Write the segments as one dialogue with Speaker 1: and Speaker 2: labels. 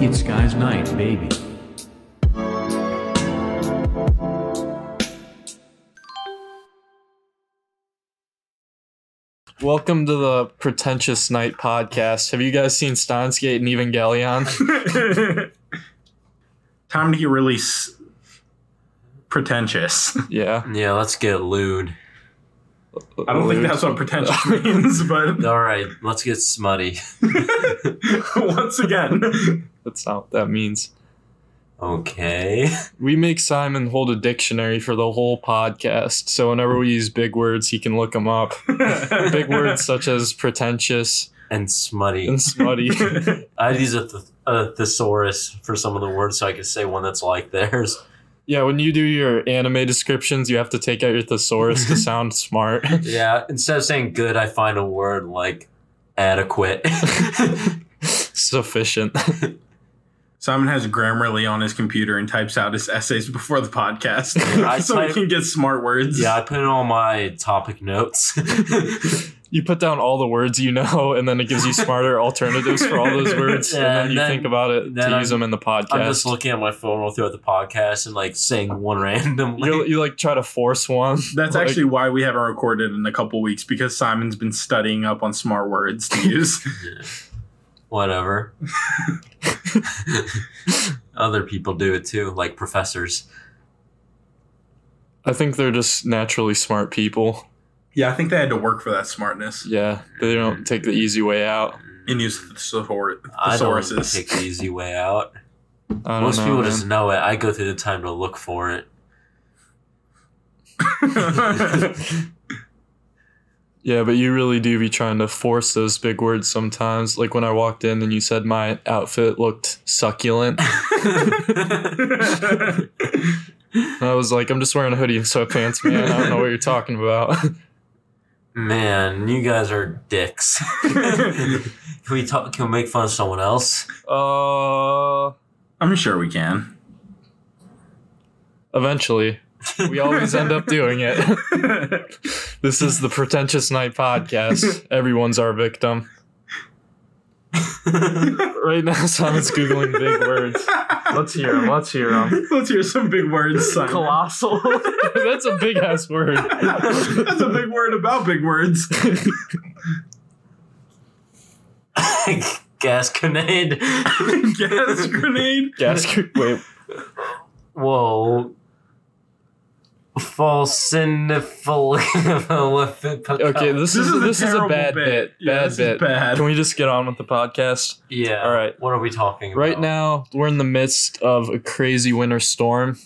Speaker 1: It's guys' night, baby.
Speaker 2: Welcome to the Pretentious Night podcast. Have you guys seen Steins Gate and Evangelion?
Speaker 3: Time to get really s- pretentious.
Speaker 2: yeah.
Speaker 4: Yeah, let's get lewd.
Speaker 3: I don't think that's what pretentious means, but
Speaker 4: All right, let's get smutty.
Speaker 3: once again,
Speaker 2: That's not what that means.
Speaker 4: Okay.
Speaker 2: We make Simon hold a dictionary for the whole podcast, so whenever we use big words, he can look them up. Big words such as pretentious
Speaker 4: And smutty.
Speaker 2: and smutty.
Speaker 4: I'd use a, th- a thesaurus for some of the words so I could say one that's like theirs.
Speaker 2: yeah, when you do your anime descriptions, you have to take out your thesaurus to sound smart.
Speaker 4: Yeah, instead of saying good, I find a word like adequate.
Speaker 2: Sufficient.
Speaker 3: Simon has Grammarly on his computer and types out his essays before the podcast
Speaker 4: I
Speaker 3: so we
Speaker 4: type-
Speaker 3: can get smart words.
Speaker 4: yeah, I put in all my topic notes.
Speaker 2: You put down all the words you know, and then it gives you smarter alternatives for all those words,
Speaker 4: Yeah,
Speaker 2: and then
Speaker 4: and
Speaker 2: you
Speaker 4: then-
Speaker 2: think about it to
Speaker 4: then I'm-
Speaker 2: use them in the podcast.
Speaker 4: I'm just looking at my phone all throughout the podcast and like saying one randomly.
Speaker 2: you you like try to force one.
Speaker 3: That's
Speaker 2: Like,
Speaker 3: actually why we haven't recorded in a couple weeks because Simon's been studying up on smart words to use.
Speaker 4: Yeah. Whatever. Other people do it too, like professors.
Speaker 2: I think they're just naturally smart people.
Speaker 3: yeah, I think they had to work for that smartness
Speaker 2: Yeah, they
Speaker 4: Hmm.
Speaker 2: don't take the easy way out.
Speaker 3: and use thesaur-
Speaker 4: I don't
Speaker 3: thesauruses.
Speaker 4: take the easy way out.
Speaker 2: I don't
Speaker 4: Most
Speaker 2: know,
Speaker 4: people
Speaker 2: man.
Speaker 4: just know it. I go through the time to look for it.
Speaker 2: Yeah, but you really do be trying to force those big words sometimes. Like when I walked in and you said my outfit looked succulent, I was like, I'm just wearing a hoodie and sweatpants, man. I don't know what you're talking about.
Speaker 4: Man, you guys are dicks. can we talk? Can we make fun of someone else?
Speaker 2: Uh,
Speaker 3: I'm sure we can.
Speaker 2: eventually, we always end up doing it. This is the Pretentious Night podcast. Everyone's our victim. right now, Simon's Googling big words. Let's hear them. Let's hear them.
Speaker 3: Let's hear some big words, Simon.
Speaker 2: Colossal. That's a big ass word.
Speaker 3: That's a big word about big words.
Speaker 4: Gas grenade.
Speaker 3: Gas grenade.
Speaker 2: Gas. Wait.
Speaker 4: Whoa. Falsinific.
Speaker 2: Okay, this,
Speaker 3: Oh, This
Speaker 2: is,
Speaker 3: is a
Speaker 2: this is a
Speaker 3: terrible
Speaker 2: bad
Speaker 3: bit.
Speaker 2: bit.
Speaker 3: Yeah,
Speaker 2: bad
Speaker 3: this is
Speaker 2: bit.
Speaker 3: bad.
Speaker 2: Can we just get on with the podcast?
Speaker 4: Yeah.
Speaker 2: All right.
Speaker 4: What are we talking
Speaker 3: Oh.
Speaker 4: about?
Speaker 2: Right now, we're in the midst of a crazy winter storm.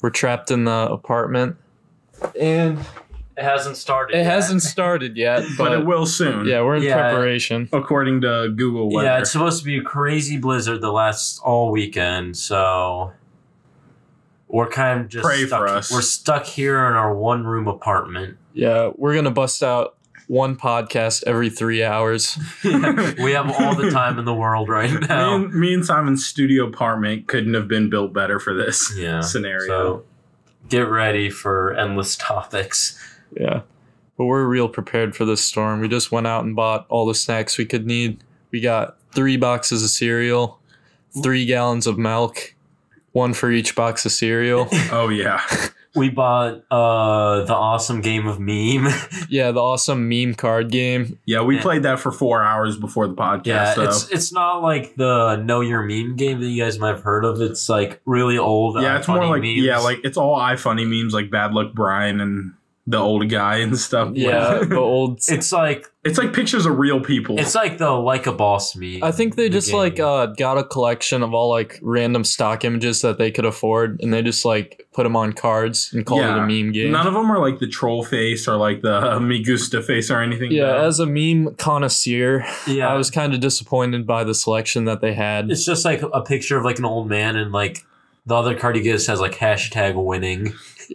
Speaker 2: We're trapped in the apartment, and
Speaker 4: It hasn't started.
Speaker 2: it
Speaker 4: yet.
Speaker 2: hasn't started yet.
Speaker 3: But it
Speaker 2: But,
Speaker 3: will soon.
Speaker 2: yeah, we're in
Speaker 4: Yeah.
Speaker 2: preparation.
Speaker 3: According to Google weather.
Speaker 4: Yeah, it's supposed to be a crazy blizzard the last all weekend, so we're kind of just
Speaker 3: Pray
Speaker 4: stuck.
Speaker 3: for us.
Speaker 4: We're stuck here in our one room apartment.
Speaker 2: Yeah, we're gonna bust out one podcast every three hours.
Speaker 4: we have all the time in the world right
Speaker 3: me,
Speaker 4: now.
Speaker 3: and, me and Simon's studio apartment couldn't have been built better for this
Speaker 4: Yeah.
Speaker 3: scenario.
Speaker 4: So get ready for endless topics.
Speaker 2: Yeah, but we're real prepared for this storm. We just went out and bought all the snacks we could need. We got three boxes of cereal, three gallons of milk, one for each box of cereal.
Speaker 3: Oh yeah.
Speaker 4: We bought uh, the awesome game of meme.
Speaker 2: yeah, the awesome meme card game.
Speaker 3: Yeah, we
Speaker 4: Yeah.
Speaker 3: played that for four hours before the podcast.
Speaker 4: Yeah,
Speaker 3: so
Speaker 4: it's it's not like the know your meme game that you guys might have heard of. It's like really old.
Speaker 3: yeah,
Speaker 4: uh,
Speaker 3: it's more
Speaker 4: funny
Speaker 3: like
Speaker 4: memes.
Speaker 3: yeah, like it's all iFunny memes like Bad Luck Brian and the old guy and stuff.
Speaker 2: Yeah, the old.
Speaker 4: it's like
Speaker 3: it's like pictures of real people.
Speaker 4: It's like the like a boss meme.
Speaker 2: I think they just
Speaker 4: game.
Speaker 2: like uh, got a collection of all like random stock images that they could afford, and they just like put them on cards and called it a
Speaker 3: Yeah.
Speaker 2: meme game.
Speaker 3: None of them are like the troll face or like the uh, me gusta face or anything.
Speaker 2: yeah,
Speaker 3: though.
Speaker 2: as a meme connoisseur,
Speaker 4: yeah.
Speaker 2: I was kind of disappointed by the selection that they had.
Speaker 4: it's just like a picture of like an old man and like the other card you get says like hashtag winning.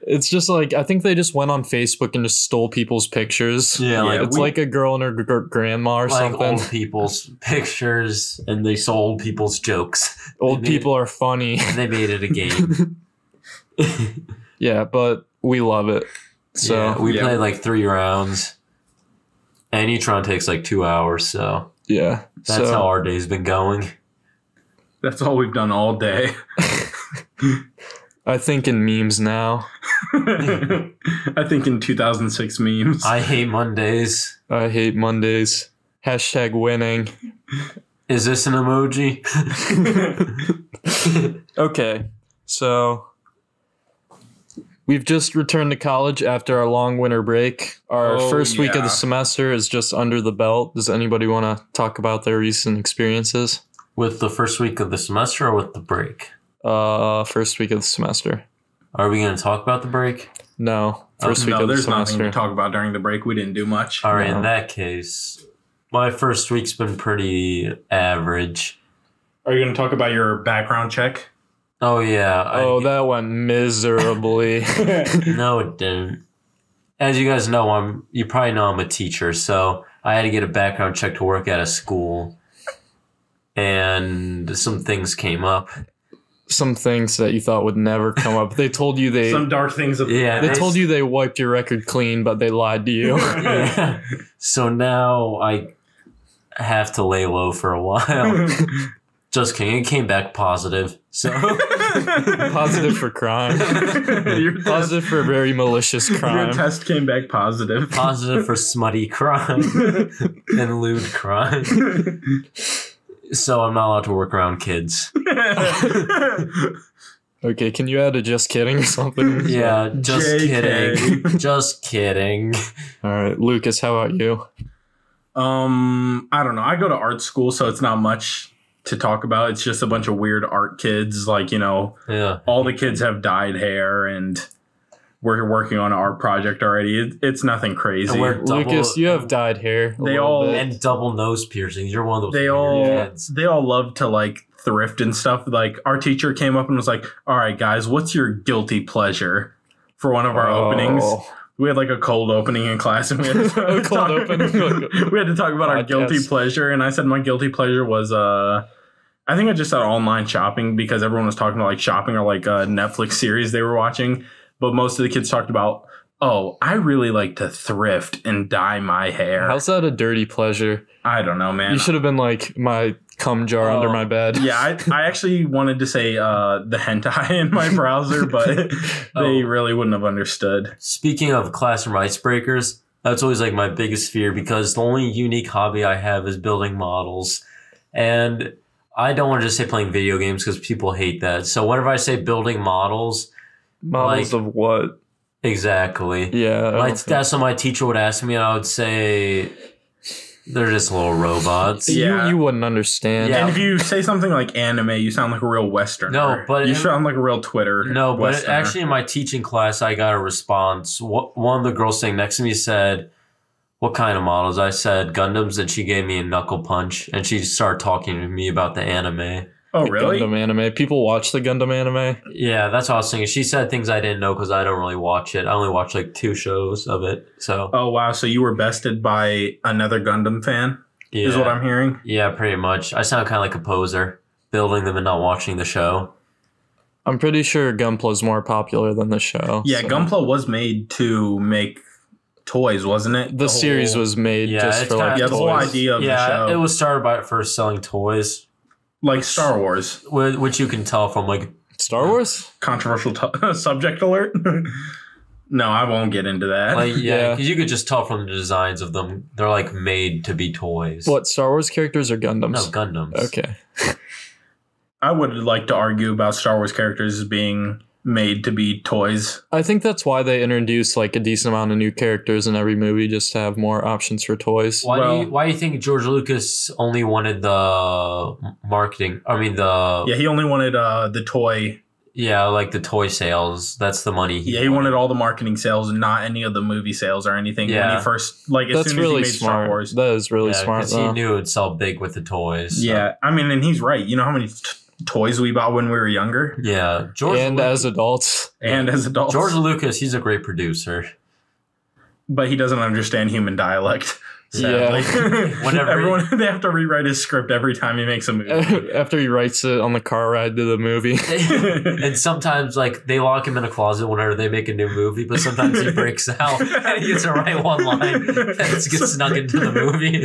Speaker 2: it's just like I think they just went on Facebook and just stole people's pictures.
Speaker 4: Yeah,
Speaker 3: like-
Speaker 2: it's
Speaker 3: we-
Speaker 2: like a girl and her gr- grandma or
Speaker 4: Like
Speaker 2: something.
Speaker 4: old people's pictures and they sold people's jokes
Speaker 2: Old,
Speaker 4: made-
Speaker 2: people are funny.
Speaker 4: and they made it a game.
Speaker 2: yeah, but we love it. So
Speaker 4: Yeah, we
Speaker 3: Yeah.
Speaker 4: played like three rounds. And each round takes like two hours, so
Speaker 2: yeah.
Speaker 4: that's
Speaker 2: so
Speaker 4: how our day's been going.
Speaker 3: That's all we've done all day.
Speaker 2: I think in memes now.
Speaker 3: I think in 2006 memes.
Speaker 4: I hate Mondays.
Speaker 2: I hate Mondays. Hashtag winning.
Speaker 4: Is this an emoji?
Speaker 2: Okay, so we've just returned to college after our long winter break. Our
Speaker 3: Oh,
Speaker 2: first week of
Speaker 3: yeah.
Speaker 2: the semester is just under the belt. Does anybody want to talk about their recent experiences?
Speaker 4: with the first week of the semester or with the break?
Speaker 2: Uh, first week of the semester.
Speaker 4: Are we going to talk about the break?
Speaker 2: No, first week
Speaker 3: Oh, no,
Speaker 2: of the
Speaker 3: there's nothing
Speaker 2: semester. Uh,
Speaker 3: to talk about during the break. We didn't do much.
Speaker 4: All right,
Speaker 2: No.
Speaker 4: in that case, my first week's been pretty average.
Speaker 3: Are you going to talk about your background check?
Speaker 4: Oh yeah. I-
Speaker 2: oh, that went miserably.
Speaker 4: No, it didn't. As you guys know, I'm you probably know I'm a teacher, so I had to get a background check to work at a school. And some things came up.
Speaker 2: Some things that you thought would never come up. They told you they
Speaker 3: Some dark things. Of-
Speaker 4: Yeah.
Speaker 2: they told you they wiped your record clean, but they lied to you.
Speaker 4: Yeah. So now I have to lay low for a while. Just kidding. It came back positive. So
Speaker 2: Positive for crime.
Speaker 3: your, test,
Speaker 2: Positive for very malicious
Speaker 3: your
Speaker 2: crime.
Speaker 3: test came back positive.
Speaker 4: positive for smutty crime and lewd crime. So I'm not allowed to work around kids.
Speaker 2: Okay, can you add a just kidding or something?
Speaker 4: Yeah, just
Speaker 3: JK.
Speaker 4: kidding. Just kidding.
Speaker 2: All right, Lucas, how about you?
Speaker 3: Um, I don't know. I go to art school, so it's not much to talk about. It's just a bunch of weird art kids. Like you know,
Speaker 4: Yeah.
Speaker 3: all the kids have dyed hair, and we're working on an art project already. It, it's nothing crazy.
Speaker 4: And we're- Double-
Speaker 2: Lucas, you have dyed hair. a
Speaker 3: They
Speaker 2: little
Speaker 3: all-
Speaker 2: bit.
Speaker 4: And double nose piercings. You're one of those
Speaker 3: They
Speaker 4: weird
Speaker 3: all-
Speaker 4: kids.
Speaker 3: They all love to like thrift and stuff. Like our teacher came up and was like, "All right, guys, what's your guilty pleasure?" For one of our openings,
Speaker 2: Oh.
Speaker 3: we had like a cold opening in class, and we had to
Speaker 2: A cold
Speaker 3: talk,
Speaker 2: opening.
Speaker 3: we had to talk about our
Speaker 2: Podcast.
Speaker 3: guilty pleasure, and I said my guilty pleasure was uh, I think I just said online shopping because everyone was talking about like shopping or like a Netflix series they were watching, but most of the kids talked about oh, I really like to thrift and dye my hair.
Speaker 2: How's that a dirty pleasure?
Speaker 3: I don't know, man.
Speaker 2: You should have been like my cum jar under
Speaker 4: Oh.
Speaker 2: my bed.
Speaker 3: yeah, I, I actually wanted to say uh, the hentai in my browser, but they
Speaker 4: Oh.
Speaker 3: really wouldn't have understood.
Speaker 4: Speaking of classroom icebreakers, that's always like my biggest fear because the only unique hobby I have is building models. And I don't want to just say playing video games because people hate that. So whenever I say building models,
Speaker 2: Models
Speaker 4: Like-
Speaker 2: of what?
Speaker 4: exactly.
Speaker 2: Yeah. I don't
Speaker 4: Like
Speaker 2: think-
Speaker 4: that's what my teacher would ask me, and I would say they're just little robots.
Speaker 3: Yeah.
Speaker 2: You, you wouldn't understand.
Speaker 4: Yeah.
Speaker 3: And if you say something like anime, you sound like a real Westerner.
Speaker 4: No, but-
Speaker 3: you sound like a real Twitter.
Speaker 4: No, but
Speaker 3: Westerner.
Speaker 4: actually, in my teaching class, I got a response. Wh- One of the girls sitting next to me said, "What kind of models?" I said Gundams, and she gave me a knuckle punch, and she started talking to me about the anime.
Speaker 3: oh
Speaker 2: The
Speaker 3: really?
Speaker 2: Gundam anime. People watch the Gundam anime.
Speaker 4: Yeah, that's what I was thinking. She said things I didn't know because I don't really watch it. I only watch like two shows of it. So
Speaker 3: Oh wow! So you were bested by another Gundam fan,
Speaker 4: yeah,
Speaker 3: is what I'm hearing.
Speaker 4: yeah, pretty much. I sound kind of like a poser, building them and not watching the show.
Speaker 2: I'm pretty sure Gunpla's more popular than the show.
Speaker 3: Yeah,
Speaker 2: so-
Speaker 3: Gunpla was made to make toys, wasn't it?
Speaker 2: The
Speaker 3: whole-
Speaker 2: series was made
Speaker 4: Yeah,
Speaker 2: just
Speaker 4: it's
Speaker 2: for like
Speaker 4: kinda-
Speaker 3: Oh. Yeah, the whole
Speaker 2: toys.
Speaker 3: idea of
Speaker 4: yeah,
Speaker 3: the show,
Speaker 4: it was started by first selling toys,
Speaker 3: like Star Wars.
Speaker 4: wh- which you can tell from like
Speaker 2: Star Wars.
Speaker 3: Controversial t- subject alert. no, I won't get into that.
Speaker 4: Like, yeah,
Speaker 2: Yeah.
Speaker 4: 'cause you could just tell from the designs of them, they're like made to be toys.
Speaker 2: What Star Wars characters are
Speaker 4: No,
Speaker 2: Gundams?
Speaker 4: Gundams.
Speaker 2: okay.
Speaker 3: I would like to argue about Star Wars characters being made to be toys.
Speaker 2: I think that's why they introduce like a decent amount of new characters in every movie just to have more options for toys.
Speaker 4: Why do
Speaker 3: Well-
Speaker 4: you, why do you think George Lucas only wanted the m- marketing? I mean the
Speaker 3: Yeah,
Speaker 4: yeah,
Speaker 3: he only wanted uh, the toy.
Speaker 4: like the toy sales. That's the money.
Speaker 3: Yeah, he wanted all the marketing sales, not any of the movie sales or anything. When
Speaker 4: Yeah.
Speaker 3: he first, like, as
Speaker 2: That's
Speaker 3: soon
Speaker 2: really
Speaker 3: as he made Star
Speaker 2: smart.
Speaker 3: Wars,
Speaker 2: That is really
Speaker 4: Yeah,
Speaker 2: smart
Speaker 4: 'cause
Speaker 2: though.
Speaker 4: he knew it'd sell big with the toys. so-
Speaker 3: Yeah, I mean, and he's right. You know how many t- toys we bought when we were younger,
Speaker 4: yeah. George
Speaker 2: and uh,
Speaker 4: Lu-
Speaker 2: as adults,
Speaker 3: and as adults.
Speaker 4: George Lucas, he's a great producer.
Speaker 3: but he doesn't understand human dialect,
Speaker 4: sadly. Whenever-
Speaker 3: everyone they have to rewrite his script every time he makes a movie.
Speaker 2: After he writes it on the car ride to the movie.
Speaker 4: and sometimes like they lock him in a closet whenever they make a new movie, but sometimes he breaks out and he gets to write one line that gets snuck into the movie.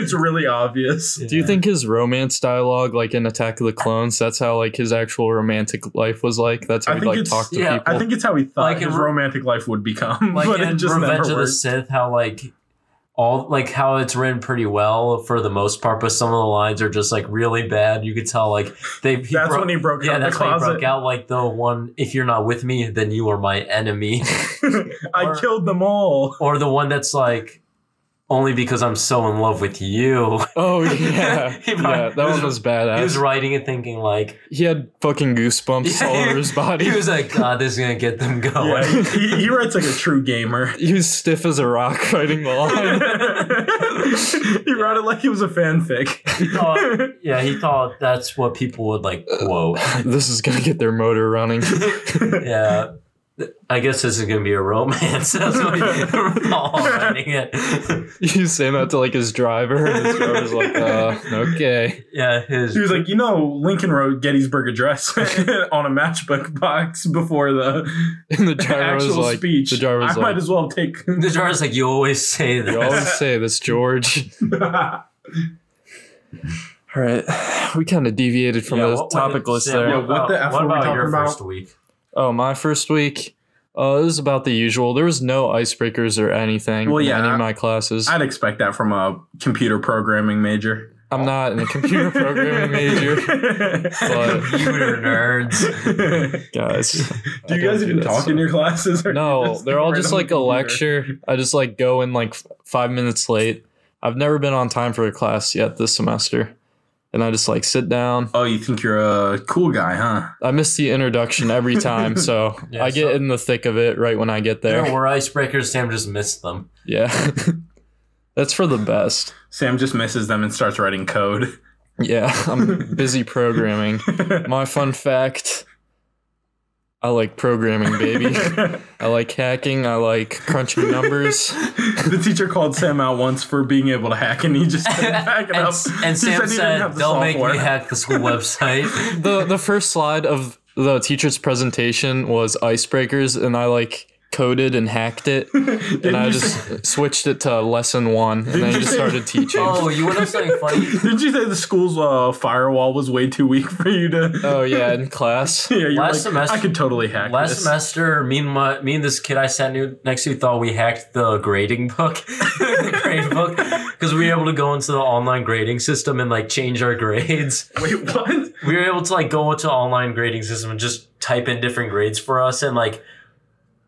Speaker 3: it's really obvious.
Speaker 2: Do you think his romance dialogue, like in Attack of the Clones, that's how like his actual romantic life was like? That's how
Speaker 3: I
Speaker 2: he
Speaker 3: think
Speaker 2: like
Speaker 3: it's-
Speaker 2: talked to
Speaker 4: yeah,
Speaker 2: people.
Speaker 3: I think it's how he thought
Speaker 4: Like in
Speaker 3: his
Speaker 4: Re-
Speaker 3: romantic life would become,
Speaker 4: like
Speaker 3: but
Speaker 4: in
Speaker 3: it just
Speaker 4: Revenge
Speaker 3: never
Speaker 4: of the
Speaker 3: worked.
Speaker 4: Sith, how like all like how it's written pretty well for the most part, but some of the lines are just like really bad. You could tell like they he
Speaker 3: That's
Speaker 4: broke-
Speaker 3: when he broke
Speaker 4: yeah,
Speaker 3: out
Speaker 4: that's
Speaker 3: the
Speaker 4: why he broke
Speaker 3: closet.
Speaker 4: out like the one. If you're not with me, then you are my enemy,
Speaker 3: I
Speaker 4: Or-
Speaker 3: killed them all.
Speaker 4: or the one that's like only because I'm so in love with you.
Speaker 2: oh yeah,
Speaker 4: He probably-
Speaker 2: yeah, that one was badass.
Speaker 4: He
Speaker 2: He,
Speaker 4: was writing and thinking like
Speaker 2: had fucking goosebumps all
Speaker 4: Yeah,
Speaker 2: over his body.
Speaker 4: he was like, God, this is gonna get them going.
Speaker 3: Yeah, he, he writes like a true gamer.
Speaker 2: He was stiff as a rock fighting the
Speaker 3: he
Speaker 2: line.
Speaker 3: wrote it like he was a fanfic.
Speaker 4: He thought, yeah, he thought that's what people would like quote.
Speaker 2: this is gonna get their motor running.
Speaker 4: Yeah. I guess this is gonna be a romance. That's what we're all writing it.
Speaker 2: He's saying that to like his driver, and his driver's like, uh, okay.
Speaker 4: Yeah, his
Speaker 3: He was like, you know, Lincoln wrote Gettysburg Address on a matchbook box before the
Speaker 2: And the driver was
Speaker 3: actual
Speaker 2: like,
Speaker 3: speech.
Speaker 2: the driver was
Speaker 3: I might
Speaker 2: like,
Speaker 3: as well take.
Speaker 4: the jar's like you always say
Speaker 2: you
Speaker 4: this.
Speaker 2: always say this, George.
Speaker 3: yeah,
Speaker 2: All right, we kind of deviated from
Speaker 4: Yeah,
Speaker 2: the
Speaker 4: what- what-
Speaker 2: topic list
Speaker 4: Sam,
Speaker 2: there.
Speaker 3: Yeah, what the F
Speaker 4: what
Speaker 3: were we
Speaker 4: about
Speaker 3: talking
Speaker 4: your
Speaker 3: about?
Speaker 4: first week?
Speaker 2: Oh, my first week. Uh, it was about the usual. There was no icebreakers or anything
Speaker 3: Well,
Speaker 2: in
Speaker 3: yeah,
Speaker 2: any
Speaker 3: I-
Speaker 2: of my classes. I,
Speaker 3: I'd expect that from a computer programming major.
Speaker 2: am not in a computer programming major, but
Speaker 4: Computer nerds.
Speaker 2: guys.
Speaker 3: do you guys even talk in your classes? or you
Speaker 2: No, they're all
Speaker 3: right
Speaker 2: just
Speaker 3: on
Speaker 2: like
Speaker 3: the
Speaker 2: a
Speaker 3: computer?
Speaker 2: lecture. I just like go in like f- five minutes late. I've never been on time for a class yet this semester, and I just like sit down.
Speaker 3: Oh, you think you're a cool guy, huh?
Speaker 2: I miss the introduction every time, so
Speaker 4: Yeah,
Speaker 2: I get
Speaker 4: so-
Speaker 2: in the thick of it right when I get
Speaker 4: There
Speaker 2: there.
Speaker 4: were icebreakers, Sam just missed them.
Speaker 2: Yeah, that's for the best.
Speaker 3: Sam just misses them and starts writing code.
Speaker 2: Yeah, I'm busy programming. My fun fact I like programming, baby.
Speaker 3: the
Speaker 2: I like hacking. I like crunching numbers.
Speaker 3: teacher called Sam out once for being able to hack, and he just didn't back it
Speaker 4: and,
Speaker 3: up.
Speaker 4: s-
Speaker 3: He
Speaker 4: and Sam
Speaker 3: he didn't
Speaker 4: said,
Speaker 3: have the
Speaker 4: "Don't make me
Speaker 3: software."
Speaker 4: hack the school website."
Speaker 2: The, the first slide of the teacher's presentation was icebreakers, and I like coded and hacked it. And I
Speaker 3: you
Speaker 2: just switched it to lesson one, and then
Speaker 3: you
Speaker 2: I just
Speaker 3: say-
Speaker 2: started teaching.
Speaker 4: oh, you want to know something funny?
Speaker 3: Didn't you say the school's uh, firewall was way too weak for you to?
Speaker 2: Oh, yeah, in class.
Speaker 3: yeah, you're
Speaker 4: Last
Speaker 3: like,
Speaker 4: semester-
Speaker 3: I could totally hack
Speaker 4: Last
Speaker 3: this.
Speaker 4: semester, me and my, me and this kid I sat new, next to thought we hacked the grading book, the grade book, because we were able to go into the online grading system and like change our grades.
Speaker 3: Wait, what?
Speaker 4: We were able to like go into the online grading system and just type in different grades for us, and like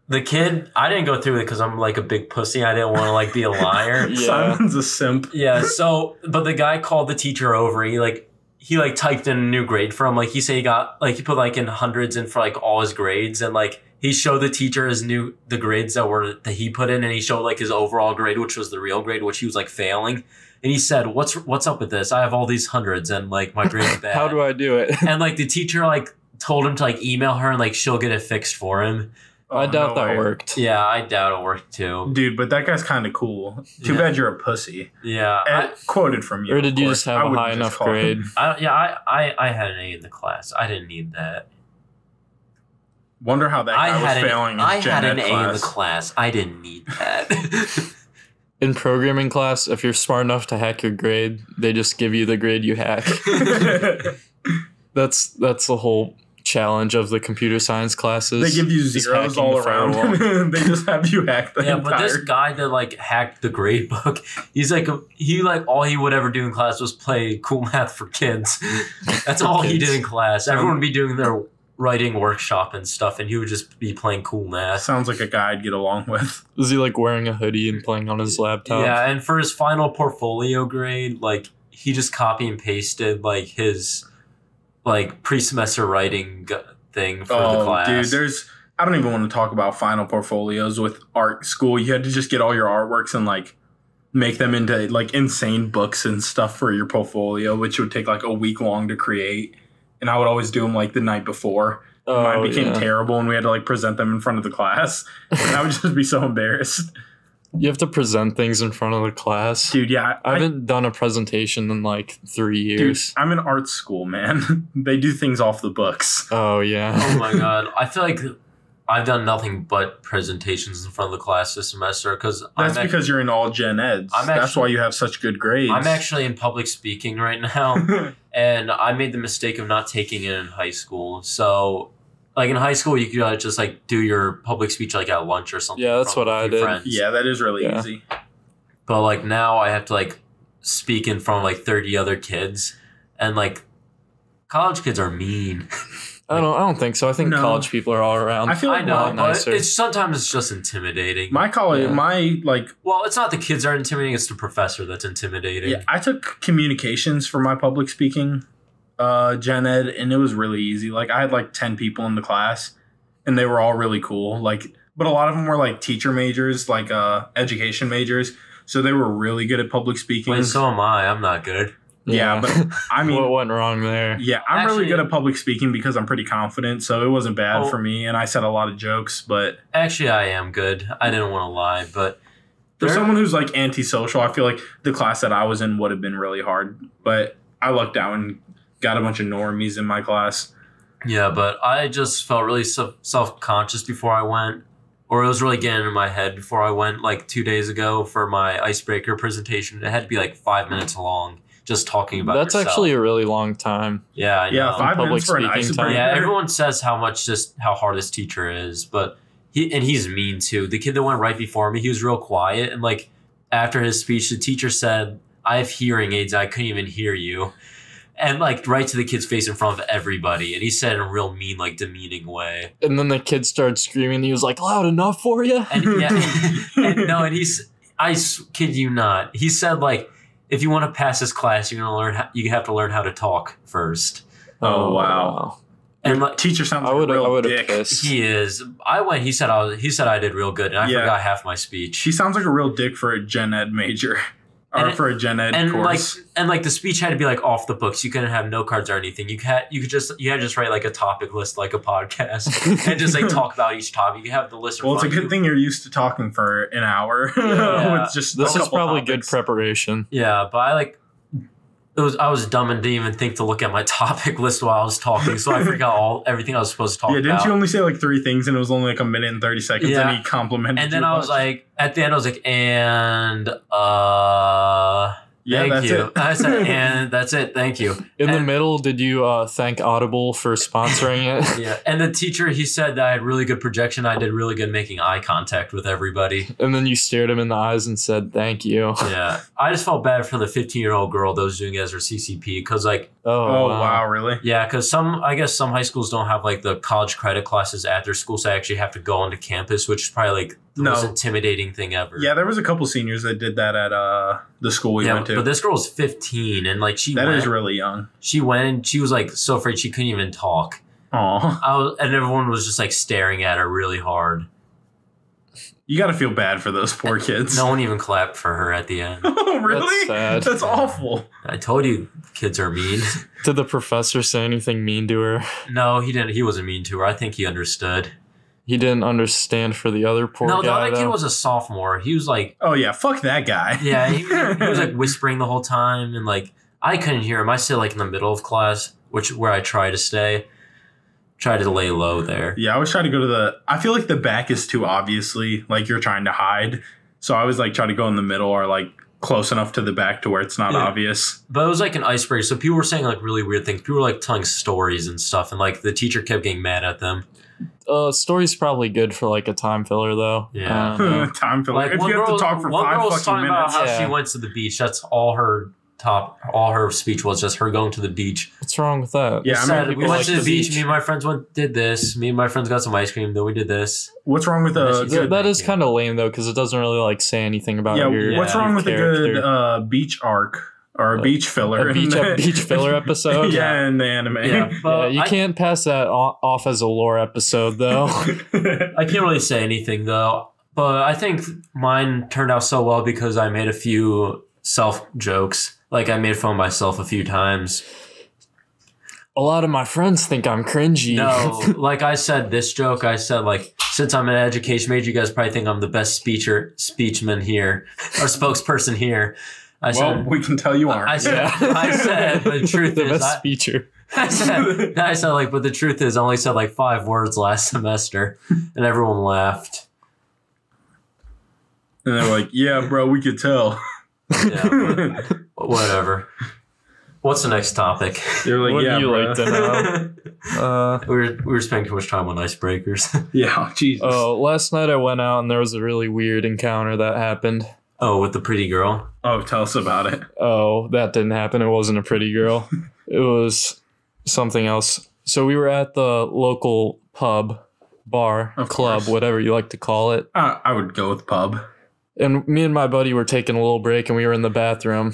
Speaker 4: the kid, I didn't go through it because I'm like a big pussy. I didn't want to like be a liar.
Speaker 2: Yeah.
Speaker 3: Simon's a simp.
Speaker 4: Yeah, so but the guy called the teacher over. He like he like typed in a new grade for him. Like he said he got like he put like in hundreds in for like all his grades and like he showed the teacher his new the grades that were that he put in and he showed like his overall grade, which was the real grade, which he was like failing. And he said, What's what's up with this? I have all these hundreds and like my grade's bad.
Speaker 2: How do I do it?
Speaker 4: and like the teacher like told him to like email her and like she'll get it fixed for him.
Speaker 2: I doubt
Speaker 3: Oh, no
Speaker 2: that
Speaker 3: way.
Speaker 2: worked.
Speaker 4: Yeah, I doubt it worked too.
Speaker 3: Dude, but that guy's kind of cool. Too
Speaker 4: Yeah.
Speaker 3: bad you're a pussy.
Speaker 4: Yeah.
Speaker 3: And
Speaker 4: I,
Speaker 3: quoted from you.
Speaker 2: Or
Speaker 3: of
Speaker 2: did you
Speaker 3: course.
Speaker 2: just
Speaker 3: I
Speaker 2: have a
Speaker 3: wouldn't
Speaker 2: high
Speaker 3: just
Speaker 2: enough
Speaker 3: call him.
Speaker 2: grade?
Speaker 4: I yeah, I, I I had an A in the class. I didn't need that.
Speaker 3: Wonder how that guy
Speaker 4: I
Speaker 3: was
Speaker 4: had an,
Speaker 3: failing. his
Speaker 4: I
Speaker 3: gen
Speaker 4: had
Speaker 3: ed
Speaker 4: an A in the class. I didn't need that.
Speaker 2: in programming class, if you're smart enough to hack your grade, they just give you the grade you hack. that's that's the whole challenge of the computer science classes.
Speaker 3: they give you
Speaker 2: is
Speaker 3: zeros
Speaker 2: hacking
Speaker 3: all
Speaker 2: the
Speaker 3: around. they just have you hack the
Speaker 4: yeah, but
Speaker 3: entire.
Speaker 4: this guy that like hacked the grade book, he's like a- he like all he would ever do in class was play cool math for kids. That's all he
Speaker 2: Kids.
Speaker 4: did in class. Everyone would be doing their writing workshop and stuff, and he would just be playing cool math.
Speaker 3: Sounds like a guy I'd get along with.
Speaker 2: Is he like wearing a hoodie and playing on his laptop?
Speaker 4: Yeah, and for his final portfolio grade, like he just copy and pasted like his like pre-semester writing g- thing for the
Speaker 3: Oh,
Speaker 4: class.
Speaker 3: dude, there's. I don't even want to talk about final portfolios with art school. You had to just get all your artworks and like make them into like insane books and stuff for your portfolio, which would take like a week long to create. And I would always do them like the night before.
Speaker 2: oh,
Speaker 3: Mine became
Speaker 2: yeah.
Speaker 3: terrible, and we had to like present them in front of the class. And I would just be so embarrassed.
Speaker 2: you have to present things in front of the class.
Speaker 3: Dude, yeah.
Speaker 2: I haven't done a presentation in like three
Speaker 3: dude,
Speaker 2: years.
Speaker 3: I'm in art school, man. they do things off the books.
Speaker 2: Oh yeah.
Speaker 4: Oh my god! I feel like I've done nothing but presentations in front of the class this semester because I'm,
Speaker 3: That's
Speaker 4: act-
Speaker 3: because you're in all gen eds.
Speaker 4: I'm
Speaker 3: That's
Speaker 4: actually-
Speaker 3: why you have such good grades.
Speaker 4: I'm actually in public speaking right now, and I made the mistake of not taking it in high school. So, like in high school, you could uh, just like do your public speech like at lunch or something.
Speaker 2: Yeah, that's
Speaker 4: in front
Speaker 2: what
Speaker 4: of
Speaker 2: I
Speaker 4: your
Speaker 2: did.
Speaker 4: friends.
Speaker 3: yeah, that is really
Speaker 2: Yeah.
Speaker 3: easy.
Speaker 4: but like now I have to like speak in front of like 30 other kids, and like college kids are mean.
Speaker 2: I don't. I don't think so. I think
Speaker 3: No.
Speaker 2: college people are all around.
Speaker 3: I feel
Speaker 4: I
Speaker 3: like
Speaker 4: know,
Speaker 2: Well,
Speaker 4: but
Speaker 2: nicer.
Speaker 4: it's sometimes it's just intimidating.
Speaker 3: my college,
Speaker 2: Yeah.
Speaker 3: my like
Speaker 4: well, it's not the kids are intimidating; it's the professor that's intimidating.
Speaker 3: Yeah, I took communications for my public speaking uh gen ed and it was really easy. Like I had like 10 people in the class and they were all really cool. Like but a lot of them were like teacher majors, like uh education majors, so they were really good at public speaking.
Speaker 4: Wait, so am I. I'm not good.
Speaker 3: yeah, but I mean
Speaker 2: what went wrong there?
Speaker 3: yeah, I'm really
Speaker 4: Actually-
Speaker 3: good at public speaking because I'm pretty confident, so it wasn't bad
Speaker 4: Oh.
Speaker 3: for me and I said a lot of jokes, but
Speaker 4: Actually, I am good. I didn't want to lie, but
Speaker 3: for
Speaker 4: There-
Speaker 3: someone who's like antisocial, I feel like the class that I was in would have been really hard, but I lucked out and got a bunch of normies in my class.
Speaker 4: yeah, but I just felt really self conscious before I went, or it was really getting in my head before I went like two days ago for my icebreaker presentation. It had to be like five minutes long, just talking about.
Speaker 2: That's
Speaker 4: yourself.
Speaker 2: actually a really long time.
Speaker 4: yeah, I
Speaker 3: Yeah,
Speaker 4: know.
Speaker 3: five
Speaker 2: Public
Speaker 3: minutes for an
Speaker 2: speaking
Speaker 3: icebreaker.
Speaker 2: time.
Speaker 4: Yeah, everyone says how much just how hard this teacher is, but he and he's mean too. The kid that went right before me, he was real quiet, and like after his speech, the teacher said, "I have hearing aids. I couldn't even hear you," and like right to the kid's face in front of everybody, and he said it in a real mean, like demeaning way.
Speaker 2: And then the kid started screaming. He was like, "Loud enough for you?"
Speaker 4: And yeah, and no, and he's I s- kid you not, he said like. If you want to pass this class, you're gonna learn. How, you have to learn how to talk first.
Speaker 3: Oh, wow.
Speaker 4: And like,
Speaker 3: teacher sounds
Speaker 2: I
Speaker 3: like
Speaker 2: would.
Speaker 3: a
Speaker 2: I
Speaker 3: real
Speaker 2: would have
Speaker 3: dick.
Speaker 2: pissed.
Speaker 4: He is. I went. He said. I was, he said I did real good, and I
Speaker 3: Yeah.
Speaker 4: forgot half my speech.
Speaker 3: She sounds like a real dick for a gen ed major or
Speaker 4: And-
Speaker 3: for a gen ed
Speaker 4: And
Speaker 3: course.
Speaker 4: like, and like, the speech had to be like off the books. You couldn't have no cards or anything. You had. You could just. You had to just write like a topic list, like a podcast, and just like talk about each topic. You could have the list. in
Speaker 3: well, it's a
Speaker 4: front of
Speaker 3: good
Speaker 4: you.
Speaker 3: thing you're used to talking for an hour.
Speaker 4: Yeah.
Speaker 3: with just
Speaker 2: This
Speaker 3: a
Speaker 2: is
Speaker 3: couple
Speaker 2: probably
Speaker 3: topics.
Speaker 2: good preparation.
Speaker 4: Yeah, but I like. It was. I was dumb and didn't even think to look at my topic list while I was talking, so I forgot all everything I was supposed to talk
Speaker 3: Yeah, didn't
Speaker 4: about.
Speaker 3: you only say like three things and it was only like a minute and 30 seconds
Speaker 4: Yeah.
Speaker 3: and he complimented
Speaker 4: and then
Speaker 3: you a
Speaker 4: I was
Speaker 3: bunch?
Speaker 4: like, at the end, I was like, and uh,
Speaker 3: yeah,
Speaker 4: thank
Speaker 3: that's
Speaker 4: you.
Speaker 3: it.
Speaker 4: I said, and that's it. Thank you.
Speaker 2: In the
Speaker 4: And-
Speaker 2: middle, did you uh, thank Audible for sponsoring it?
Speaker 4: Yeah, and the teacher he said that I had really good projection. I did really good making eye contact with everybody.
Speaker 2: And then you stared him in the eyes and said, "Thank you."
Speaker 4: Yeah, I just felt bad for the 15 year old girl that was doing it as her CCP because like
Speaker 2: Oh,
Speaker 3: Oh, wow.
Speaker 2: wow.
Speaker 3: really?
Speaker 4: yeah, because some I guess some high schools don't have like the college credit classes at their school, so I actually have to go onto campus, which is probably like the
Speaker 3: No.
Speaker 4: most intimidating thing ever.
Speaker 3: Yeah, there was a couple seniors that did that at uh the school we
Speaker 4: yeah,
Speaker 3: went to.
Speaker 4: but this girl was 15 and like she
Speaker 3: that
Speaker 4: went,
Speaker 3: is really young.
Speaker 4: she went and she was like so afraid she couldn't even talk.
Speaker 3: Aw.
Speaker 4: I was, and everyone was just like staring at her really hard.
Speaker 3: You got to feel bad for those poor kids.
Speaker 4: No one even clapped for her at the end.
Speaker 3: oh, really?
Speaker 2: sad.
Speaker 3: that's awful.
Speaker 4: I told you kids are mean.
Speaker 2: Did the professor say anything mean to her?
Speaker 4: No, he didn't. He wasn't mean to her. I think he understood.
Speaker 2: He didn't understand for the other poor
Speaker 4: no, the
Speaker 2: guy.
Speaker 4: other kid
Speaker 2: though.
Speaker 4: was a sophomore. He was like,
Speaker 3: Oh yeah, fuck that guy.
Speaker 4: yeah, he, he was like whispering the whole time, and like I couldn't hear him. I sit like in the middle of class, which where I try to stay, try to lay low there.
Speaker 3: Yeah, I always try to go to the. I feel like the back is too obviously like you're trying to hide. So I always like try to go in the middle or like close enough to the back to where it's not
Speaker 4: Yeah.
Speaker 3: obvious.
Speaker 4: But it was like an icebreaker, so people were saying like really weird things. People were like telling stories and stuff, and like the teacher kept getting mad at them.
Speaker 2: uh, story's probably good for like a time filler though. Um,
Speaker 4: Yeah.
Speaker 2: I don't know.
Speaker 3: Time for like, if
Speaker 4: one
Speaker 3: you have to
Speaker 4: girl-
Speaker 3: talk for
Speaker 4: one
Speaker 3: five
Speaker 4: girl
Speaker 3: fucking
Speaker 4: was talking about
Speaker 3: minutes.
Speaker 4: how
Speaker 2: Yeah.
Speaker 4: she went to the beach. That's all her top, all her speech was just her going to the beach.
Speaker 2: What's wrong with that?
Speaker 3: Yeah, I mean,
Speaker 4: Said,
Speaker 3: people
Speaker 4: we went
Speaker 2: like
Speaker 4: to the,
Speaker 2: the
Speaker 4: beach.
Speaker 2: beach.
Speaker 4: Me and my friends went did this. Me and my friends got some ice cream. Then we did this.
Speaker 3: What's wrong with a
Speaker 4: That's
Speaker 2: Th-
Speaker 3: good?
Speaker 2: that is
Speaker 4: Yeah.
Speaker 2: kind of lame though, because it doesn't really like say anything about
Speaker 3: Yeah,
Speaker 2: your.
Speaker 3: what's
Speaker 4: yeah,
Speaker 3: wrong with a
Speaker 2: character.
Speaker 3: good uh, beach arc or a
Speaker 2: Uh,
Speaker 3: beach filler?
Speaker 2: a
Speaker 3: in
Speaker 2: beach
Speaker 3: the-
Speaker 2: a beach filler episode?
Speaker 3: yeah, in the anime.
Speaker 4: Yeah,
Speaker 2: Yeah,
Speaker 4: but
Speaker 2: you
Speaker 4: I-
Speaker 2: can't pass that o- off as a lore episode though.
Speaker 4: I can't really say anything though, but I think mine turned out so well because I made a few self jokes. Like I made fun of myself a few times.
Speaker 2: a lot of my friends think I'm cringy.
Speaker 4: No, like I said this joke. I said like since I'm an education major, you guys probably think I'm the best speecher, speechman here, or spokesperson here. I
Speaker 3: well,
Speaker 4: said,
Speaker 3: we can tell you aren't.
Speaker 4: I said, I said, the truth
Speaker 2: the
Speaker 4: is,
Speaker 2: best
Speaker 4: I,
Speaker 2: feature.
Speaker 4: I said, I said, like, but the truth is, I only said like five words last semester, and everyone laughed.
Speaker 3: and they're like, yeah, bro, we could tell.
Speaker 4: Yeah,
Speaker 3: they're like,
Speaker 4: whatever. What's the next topic?
Speaker 2: What do
Speaker 3: yeah,
Speaker 2: you
Speaker 3: bro.
Speaker 2: like to know? Uh,
Speaker 4: we were we were spending too much time on icebreakers.
Speaker 3: Yeah, Jesus. Oh,
Speaker 2: oh, last night I went out and there was a really weird encounter that happened.
Speaker 4: oh, with the pretty girl.
Speaker 3: tell us about it.
Speaker 2: Oh, that didn't happen. It wasn't a pretty girl. it was something else. So we were at the local pub, bar,
Speaker 3: Of
Speaker 2: club,
Speaker 3: course.
Speaker 2: whatever you like to call it.
Speaker 3: I, I would go with pub.
Speaker 2: and me and my buddy were taking a little break and we were in the bathroom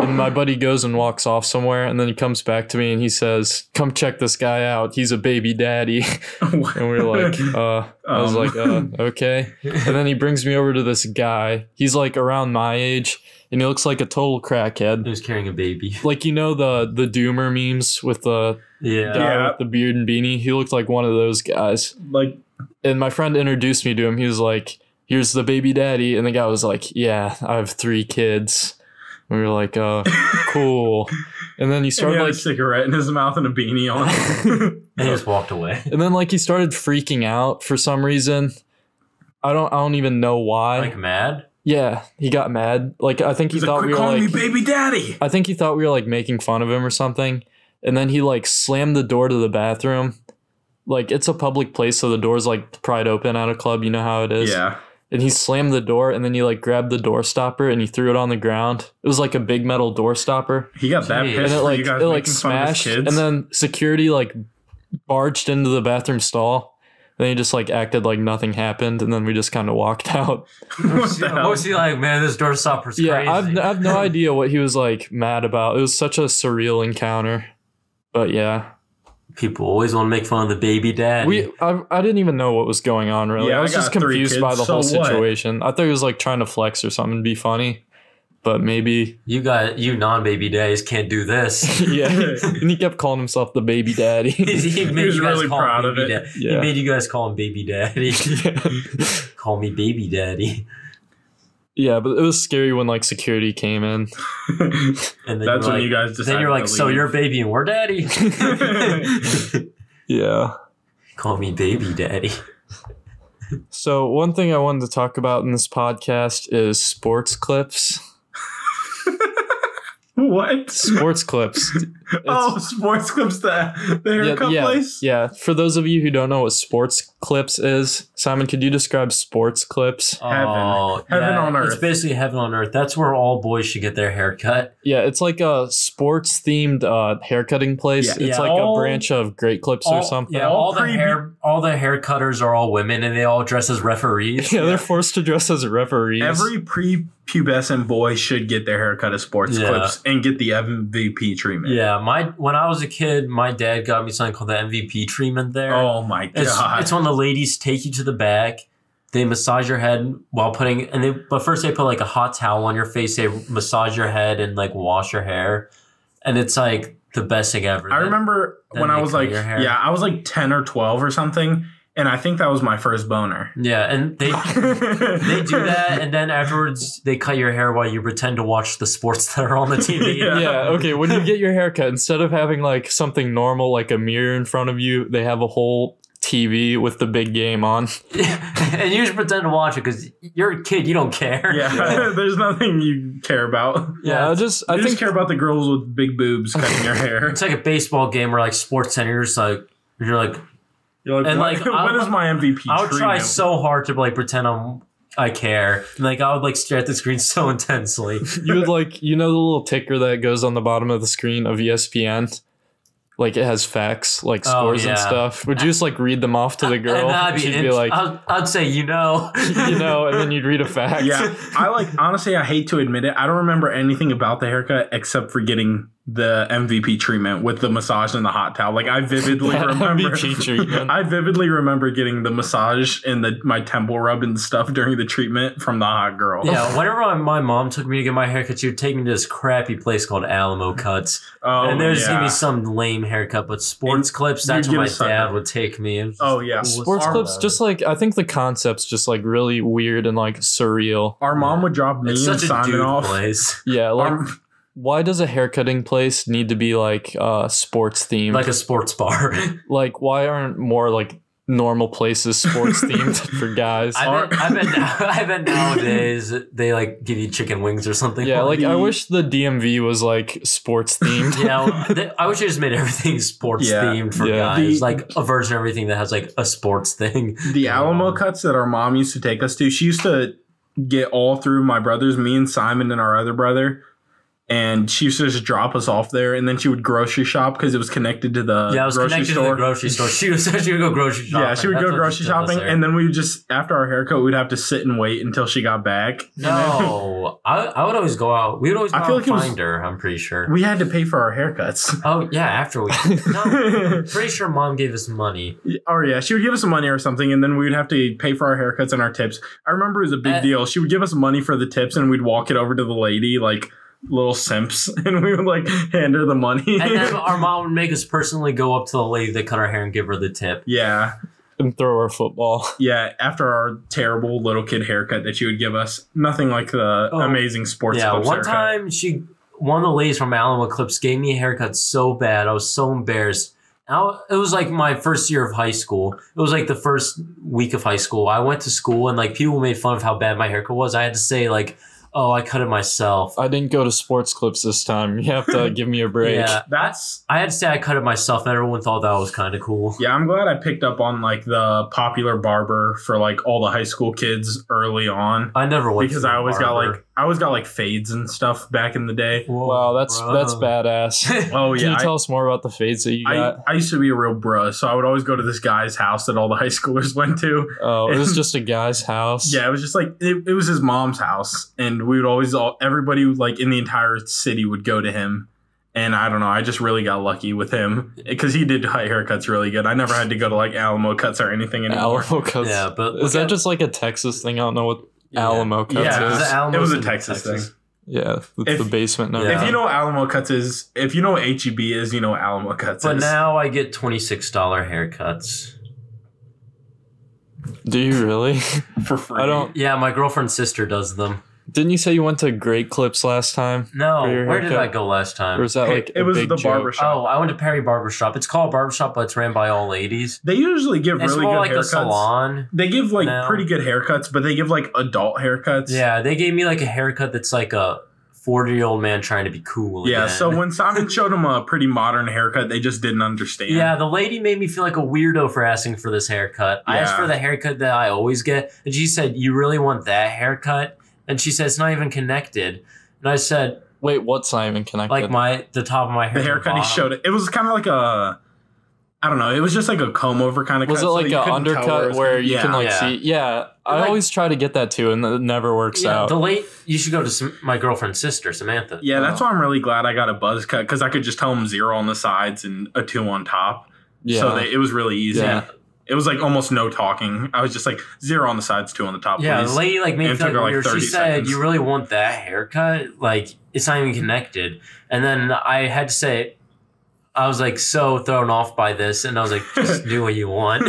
Speaker 2: and my buddy goes and walks off somewhere and then he comes back to me and he says come check this guy out he's a baby daddy and we are like uh i was
Speaker 3: Um.
Speaker 2: like uh okay and then he brings me over to this guy he's like around my age and he looks like a total crackhead
Speaker 4: Who's carrying a baby?
Speaker 2: like you know the the doomer memes with the guy
Speaker 4: Yeah.
Speaker 3: Yeah.
Speaker 2: with the beard and beanie he looked like one of those guys
Speaker 3: like,
Speaker 2: and my friend introduced me to him. He was like, "Here's the baby daddy," and the guy was like, "Yeah, I have three kids." And we were like, "Uh, cool." And then he
Speaker 3: he
Speaker 2: started
Speaker 3: had
Speaker 2: like,
Speaker 3: a cigarette in his mouth and a beanie on.
Speaker 4: And he just walked away.
Speaker 2: and then like he started freaking out for some reason. I don't, I don't even know why.
Speaker 4: Like mad?
Speaker 2: yeah, he got mad. Like I think he
Speaker 3: He's like,
Speaker 2: thought
Speaker 3: quit
Speaker 2: we were
Speaker 3: calling
Speaker 2: like,
Speaker 3: me baby daddy.
Speaker 2: I think he thought we were like making fun of him or something. And then he like slammed the door to the bathroom. Like it's a public place, so the door's like pried open at a club. You know how it is.
Speaker 3: Yeah.
Speaker 2: and he slammed the door and then he like grabbed the door stopper and he threw it on the ground. It was like a big metal door stopper.
Speaker 3: He got that
Speaker 4: Jeez.
Speaker 2: And
Speaker 3: pissed
Speaker 2: it
Speaker 3: for
Speaker 2: like
Speaker 3: you
Speaker 2: it
Speaker 3: guys
Speaker 2: like
Speaker 3: making fun of his
Speaker 2: smashed
Speaker 3: kids.
Speaker 2: and then security like barged into the bathroom stall. And he just like acted like nothing happened and then we just kind of walked out.
Speaker 3: what the
Speaker 4: What
Speaker 3: hell?
Speaker 4: was he like? Man, this door stopper's
Speaker 2: yeah,
Speaker 4: crazy.
Speaker 2: I've I've no idea what he was like mad about. It was such a surreal encounter. But yeah,
Speaker 4: People always want to make fun of the baby daddy.
Speaker 2: we I, I didn't even know what was going on really.
Speaker 3: Yeah,
Speaker 2: I
Speaker 3: I
Speaker 2: was just
Speaker 3: got three
Speaker 2: confused
Speaker 3: kids,
Speaker 2: by the
Speaker 3: so
Speaker 2: whole
Speaker 3: what?
Speaker 2: situation. I thought he was like trying to flex or something to be funny, but maybe
Speaker 4: you got you non-baby daddies can't do this.
Speaker 2: yeah, and he kept calling himself the baby daddy.
Speaker 4: he made
Speaker 3: was
Speaker 4: you guys
Speaker 3: really
Speaker 4: call him
Speaker 3: proud of
Speaker 4: baby
Speaker 3: it.
Speaker 4: da- He
Speaker 2: Yeah.
Speaker 4: made you guys call him baby daddy. call me baby daddy.
Speaker 2: yeah, but it was scary when like security came in.
Speaker 4: And then
Speaker 3: That's when
Speaker 4: you're like,
Speaker 3: you guys decided.
Speaker 4: Then you're like,
Speaker 3: to
Speaker 4: so
Speaker 3: leave.
Speaker 4: you're baby and we're daddy.
Speaker 2: Yeah.
Speaker 4: call me baby daddy.
Speaker 2: So one thing I wanted to talk about in this podcast is sports clips.
Speaker 3: what?
Speaker 2: Sports clips.
Speaker 3: oh, sports clips. The the haircut
Speaker 2: yeah,
Speaker 3: place.
Speaker 2: yeah. For those of you who don't know what sports clips is, Simon, could you describe sports clips?
Speaker 3: Heaven.
Speaker 4: Oh,
Speaker 3: Heaven on
Speaker 4: It's
Speaker 3: earth.
Speaker 4: basically heaven on earth. That's where all boys should get their hair cut.
Speaker 2: Yeah, it's like a sports themed uh, haircutting place.
Speaker 3: Yeah.
Speaker 2: It's
Speaker 4: Yeah.
Speaker 2: like
Speaker 4: All-
Speaker 2: a branch of Great Clips
Speaker 4: All-
Speaker 2: or something.
Speaker 4: Yeah,
Speaker 2: Yeah.
Speaker 4: all,
Speaker 3: All
Speaker 4: the
Speaker 3: creepy-
Speaker 4: hair, all the hair cutters are all women, and they all dress as referees.
Speaker 2: they're forced to dress as referees.
Speaker 3: Every prepubescent boy should get their haircut as sports
Speaker 4: Yeah.
Speaker 3: clips and get the MVP treatment.
Speaker 4: Yeah, my when I was a kid, my dad got me something called the MVP treatment. There,
Speaker 3: Oh my
Speaker 4: it's,
Speaker 3: god.
Speaker 4: it's when the ladies take you to the back. They massage your head while putting, and they but first they put like a hot towel on your face. They massage your head and like wash your hair, and it's like the best thing ever.
Speaker 3: I remember
Speaker 4: then
Speaker 3: when I
Speaker 4: they
Speaker 3: was
Speaker 4: cut
Speaker 3: like,
Speaker 4: your hair.
Speaker 3: yeah, I was like ten or twelve or something, and I think that was my first boner.
Speaker 4: Yeah, and they they
Speaker 3: they
Speaker 4: do that, and then afterwards they cut your hair while you pretend to watch the sports that are on the TV.
Speaker 3: Yeah.
Speaker 2: yeah okay when you get your haircut instead of having like something normal like a mirror in front of you they have a whole tv with the big game on
Speaker 4: and you just pretend to watch it because you're a kid, you don't care.
Speaker 3: Yeah, there's nothing you care about. You
Speaker 2: yeah i just i
Speaker 3: just
Speaker 2: think
Speaker 3: care about the girls with big boobs cutting your hair.
Speaker 4: It's like a baseball game or like sports center. You're just like, you're like,
Speaker 3: You're like,
Speaker 4: And,
Speaker 3: "What-
Speaker 4: like,
Speaker 3: when
Speaker 4: I'll-
Speaker 3: is my MVP?
Speaker 4: I would try
Speaker 3: treatment?"
Speaker 4: so hard to like pretend I'm, I care. And like, I would like stare at the screen so intensely.
Speaker 2: you would like you know the little ticker that goes on the bottom of the screen of E espn like it has facts like
Speaker 4: Oh,
Speaker 2: scores
Speaker 4: yeah.
Speaker 2: and stuff would you just like read them off to the girl
Speaker 4: and I'd
Speaker 2: and
Speaker 4: be,
Speaker 2: she'd
Speaker 4: in-
Speaker 2: be like
Speaker 4: I'd, I'd say, you know.
Speaker 2: you know and then you'd read a fact
Speaker 3: Yeah, I like honestly, I hate to admit it. I don't remember anything about the haircut except for getting the MVP treatment with the massage and the hot towel. Like I vividly
Speaker 2: That
Speaker 3: remember
Speaker 2: MVP treatment.
Speaker 3: I vividly remember getting the massage and the my temple rub and stuff during the treatment from the hot girl.
Speaker 4: Yeah, whenever my, my mom took me to get my haircut, she would take me to this crappy place called Alamo Cuts.
Speaker 3: Oh,
Speaker 4: and there's gonna
Speaker 3: yeah.
Speaker 4: be some lame haircut, but sports
Speaker 3: And
Speaker 4: clips,
Speaker 3: you'd
Speaker 4: that's
Speaker 3: get
Speaker 4: where
Speaker 3: a
Speaker 4: my
Speaker 3: sucker.
Speaker 4: dad would take me. It was just
Speaker 3: Oh,
Speaker 4: the
Speaker 3: yeah.
Speaker 4: coolest
Speaker 2: Sports
Speaker 4: thing
Speaker 2: clips,
Speaker 4: ever.
Speaker 2: just like I think the concept's just like really weird and like surreal.
Speaker 3: Our mom would drop me
Speaker 4: it's
Speaker 3: and
Speaker 4: such a
Speaker 3: Simon
Speaker 4: dude
Speaker 3: off.
Speaker 4: place.
Speaker 2: Yeah, like
Speaker 3: Our-
Speaker 2: why does a haircutting place need to be like uh sports themed?
Speaker 4: Like
Speaker 2: Like,
Speaker 4: a sports bar.
Speaker 2: why aren't more like normal places sports themed for guys?
Speaker 4: I bet, I, bet now, I bet nowadays they like give you chicken wings or something.
Speaker 2: yeah, like I
Speaker 3: the-
Speaker 2: wish the DMV was like sports themed.
Speaker 4: yeah. they- I wish they just made everything sports
Speaker 3: Yeah.
Speaker 4: themed for
Speaker 2: Yeah.
Speaker 4: guys,
Speaker 3: The-
Speaker 4: like a version of everything that has like a sports thing.
Speaker 3: the Alamo
Speaker 4: Um,
Speaker 3: cuts that our mom used to take us to, she used to get all through my brothers, me and Simon and our other brother. And she used to just drop us off there, and then she would grocery shop because it was connected to the
Speaker 4: yeah, I was
Speaker 3: grocery
Speaker 4: connected
Speaker 3: store.
Speaker 4: to the grocery store. She was she would go grocery shopping.
Speaker 3: yeah, she would
Speaker 4: That's
Speaker 3: go
Speaker 4: what
Speaker 3: grocery
Speaker 4: took us
Speaker 3: shopping,
Speaker 4: there.
Speaker 3: and then we would just after our haircut, we'd have to sit and wait until she got back. And then
Speaker 4: no, I, I would always go out. We would always go
Speaker 3: I feel
Speaker 4: out
Speaker 3: like
Speaker 4: and
Speaker 3: it was-
Speaker 4: find her. I'm pretty sure.
Speaker 3: we had to pay for our haircuts.
Speaker 4: oh yeah, after we. No, pretty sure mom gave us money.
Speaker 3: or Oh, yeah, she would give us some money or something, and then we would have to pay for our haircuts and our tips. I remember it was a big
Speaker 4: Uh,
Speaker 3: deal. She would give us money for the tips, and we'd walk it over to the lady like little simps, and we would like hand her the money.
Speaker 4: And then our mom would make us personally go up to the lady that cut our hair and give her the tip.
Speaker 3: yeah,
Speaker 2: and throw our football.
Speaker 3: yeah. After our terrible little kid haircut that she would give us, nothing like the
Speaker 4: Oh.
Speaker 3: amazing sports.
Speaker 4: yeah,
Speaker 3: clips
Speaker 4: one
Speaker 3: haircut.
Speaker 4: time she, one of the ladies from Alamo Clips gave me a haircut so bad. I was so embarrassed. I, wa- it was like my first year of high school. It was like the first week of high school. I went to school and like people made fun of how bad my haircut was. I had to say like, oh, I cut it myself.
Speaker 2: I didn't go to sports clips this time. You have to give me a break.
Speaker 4: Yeah,
Speaker 3: That's
Speaker 4: I had to say I cut it myself, and everyone thought that was kind of cool.
Speaker 3: yeah. I'm glad I picked up on like the popular barber for like all the high school kids early on
Speaker 4: I never went
Speaker 3: because
Speaker 4: to
Speaker 3: I
Speaker 4: Oh, the
Speaker 3: always
Speaker 4: barber.
Speaker 3: got like I always got like fades and stuff back in the day.
Speaker 4: Whoa,
Speaker 2: Wow, that's
Speaker 4: bro.
Speaker 2: that's badass.
Speaker 3: Oh
Speaker 2: Can
Speaker 3: yeah,
Speaker 2: you
Speaker 3: I-
Speaker 2: tell us more about the fades that you
Speaker 3: I,
Speaker 2: got?
Speaker 3: I used to be a real bruh, so I would always go to this guy's house that all the high schoolers went to.
Speaker 2: oh, it was just a guy's house.
Speaker 3: Yeah, it was just like it, it was his mom's house, and we would always all everybody like in the entire city would go to him. And I don't know, I just really got lucky with him because he did high haircuts really good. I never had to go to like Alamo cuts or anything anymore.
Speaker 2: Alamo cuts.
Speaker 4: Yeah, but
Speaker 2: Is that
Speaker 4: look at-
Speaker 2: just like a Texas thing? I don't know what
Speaker 4: Yeah.
Speaker 2: Alamo cuts
Speaker 3: Yeah,
Speaker 2: is.
Speaker 3: it was
Speaker 4: the Alamos
Speaker 3: it was a
Speaker 4: in
Speaker 3: Texas, thing.
Speaker 2: yeah, it's
Speaker 3: If-
Speaker 2: the basement number.
Speaker 4: Yeah.
Speaker 3: If you know what Alamo cuts is, if you know what HEB is, you know what Alamo cuts
Speaker 4: But
Speaker 3: is.
Speaker 4: now I get twenty six dollar haircuts.
Speaker 2: Do you really?
Speaker 3: for free.
Speaker 2: I don't.
Speaker 4: Yeah, my girlfriend's sister does them.
Speaker 2: Didn't you say you went to Great Clips last time,
Speaker 4: No,
Speaker 2: For your
Speaker 4: where did
Speaker 2: haircut?
Speaker 4: I go last time?
Speaker 2: or was that like
Speaker 3: it
Speaker 2: a
Speaker 3: was
Speaker 2: big
Speaker 3: the
Speaker 2: joke?
Speaker 3: barbershop.
Speaker 4: Oh, I went to Perry Barbershop. It's called Barbershop, but it's ran by all ladies.
Speaker 3: They usually give
Speaker 4: it's
Speaker 3: really
Speaker 4: more
Speaker 3: good
Speaker 4: like a
Speaker 3: haircuts.
Speaker 4: salon.
Speaker 3: They give like
Speaker 4: No.
Speaker 3: pretty good haircuts, but they give like adult haircuts.
Speaker 4: Yeah, they gave me like a haircut that's like a forty year old man trying to be cool.
Speaker 3: Yeah,
Speaker 4: again.
Speaker 3: so when Simon showed him a pretty modern haircut, they just didn't understand.
Speaker 4: Yeah, the lady made me feel like a weirdo for asking for this haircut. I asked
Speaker 3: Yeah.
Speaker 4: for the haircut that I always get, and she said, "You really want that haircut?" And she said, "It's not even connected." And I said,
Speaker 2: Wait, what's not even connected?
Speaker 4: "Like my the top of my
Speaker 3: the
Speaker 4: hair." to
Speaker 3: haircut he
Speaker 4: bottom."
Speaker 3: showed it, it was kind of like a, I don't know, it was just like a comb over kind of.
Speaker 2: was
Speaker 3: cut,
Speaker 2: it
Speaker 3: so
Speaker 2: like
Speaker 3: you
Speaker 2: an
Speaker 3: couldn't tell it
Speaker 2: undercut
Speaker 3: was-
Speaker 2: where you
Speaker 3: yeah.
Speaker 2: can like
Speaker 4: Yeah.
Speaker 2: see? Yeah, I
Speaker 4: Like-
Speaker 2: always try to get that too, and it never works
Speaker 4: Yeah,
Speaker 2: out.
Speaker 4: the late. You should go to Sam- my girlfriend's sister, Samantha.
Speaker 3: Yeah, that's
Speaker 2: Oh.
Speaker 3: why I'm really glad I got a buzz cut because I could just tell him zero on the sides and a two on top.
Speaker 2: yeah,
Speaker 3: So they, it was really easy.
Speaker 2: Yeah.
Speaker 3: It was like almost no talking. I was just like zero on the sides, two on the top.
Speaker 4: Yeah, the
Speaker 3: please.
Speaker 4: lady like made me
Speaker 3: And it
Speaker 4: feel
Speaker 3: took her,
Speaker 4: like
Speaker 3: like,
Speaker 4: weird. She
Speaker 3: 30
Speaker 4: said,
Speaker 3: seconds.
Speaker 4: "You really want that haircut? Like it's not even connected." And then I had to say, I was like so thrown off by this, and I was like, "Just do what you want."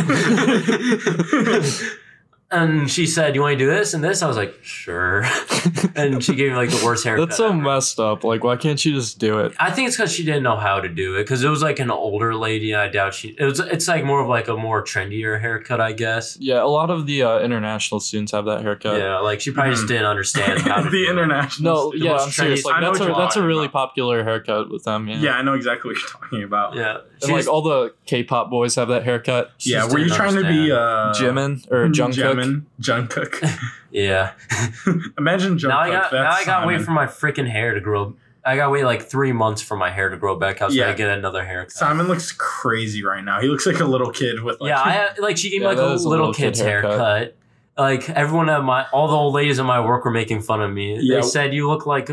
Speaker 4: and she said, "You want to do this and this?" I was like, "Sure." and she gave me like the worst haircut.
Speaker 2: that's so
Speaker 4: ever.
Speaker 2: messed up. Like, why can't you just do it?
Speaker 4: I think it's because she didn't know how to do it because it was like an older lady. And I doubt she. It was. It's like more of like a more trendier haircut, I guess.
Speaker 2: Yeah, a lot of the uh, international students have that haircut.
Speaker 4: Yeah, like she probably just
Speaker 3: Mhm.
Speaker 4: didn't understand how to
Speaker 3: the
Speaker 4: do it.
Speaker 3: international.
Speaker 2: No, yeah,
Speaker 4: most
Speaker 2: I'm serious.
Speaker 4: trendy-
Speaker 2: Like
Speaker 3: I know
Speaker 2: that's a
Speaker 3: what you're
Speaker 2: that's a
Speaker 3: talking
Speaker 2: really
Speaker 3: about.
Speaker 2: popular haircut with them. Yeah,
Speaker 3: Yeah. I know exactly what you're talking about.
Speaker 4: Yeah,
Speaker 2: And, like
Speaker 4: She's-
Speaker 2: all the K-pop boys have that haircut.
Speaker 4: she
Speaker 3: yeah,
Speaker 4: just
Speaker 3: were you
Speaker 4: didn't
Speaker 3: trying to be
Speaker 4: understand.
Speaker 3: uh,
Speaker 2: Jimin or Jungkook.
Speaker 3: Jimin, Jungkook.
Speaker 4: yeah.
Speaker 3: Imagine Jungkook.
Speaker 4: now I got now
Speaker 3: that's
Speaker 4: I got to wait
Speaker 3: Simon.
Speaker 4: for my freaking hair to grow. I got to wait like three months for my hair to grow back out so
Speaker 3: Yeah.
Speaker 4: I get another haircut.
Speaker 3: Simon looks crazy right now. He looks like a little kid with like
Speaker 4: yeah, I like she gave me
Speaker 2: Yeah,
Speaker 4: like
Speaker 2: that
Speaker 4: a
Speaker 2: is
Speaker 4: little, kid's haircut. Like everyone at my all the old ladies at my work were making fun of me.
Speaker 3: Yeah.
Speaker 4: They said you look like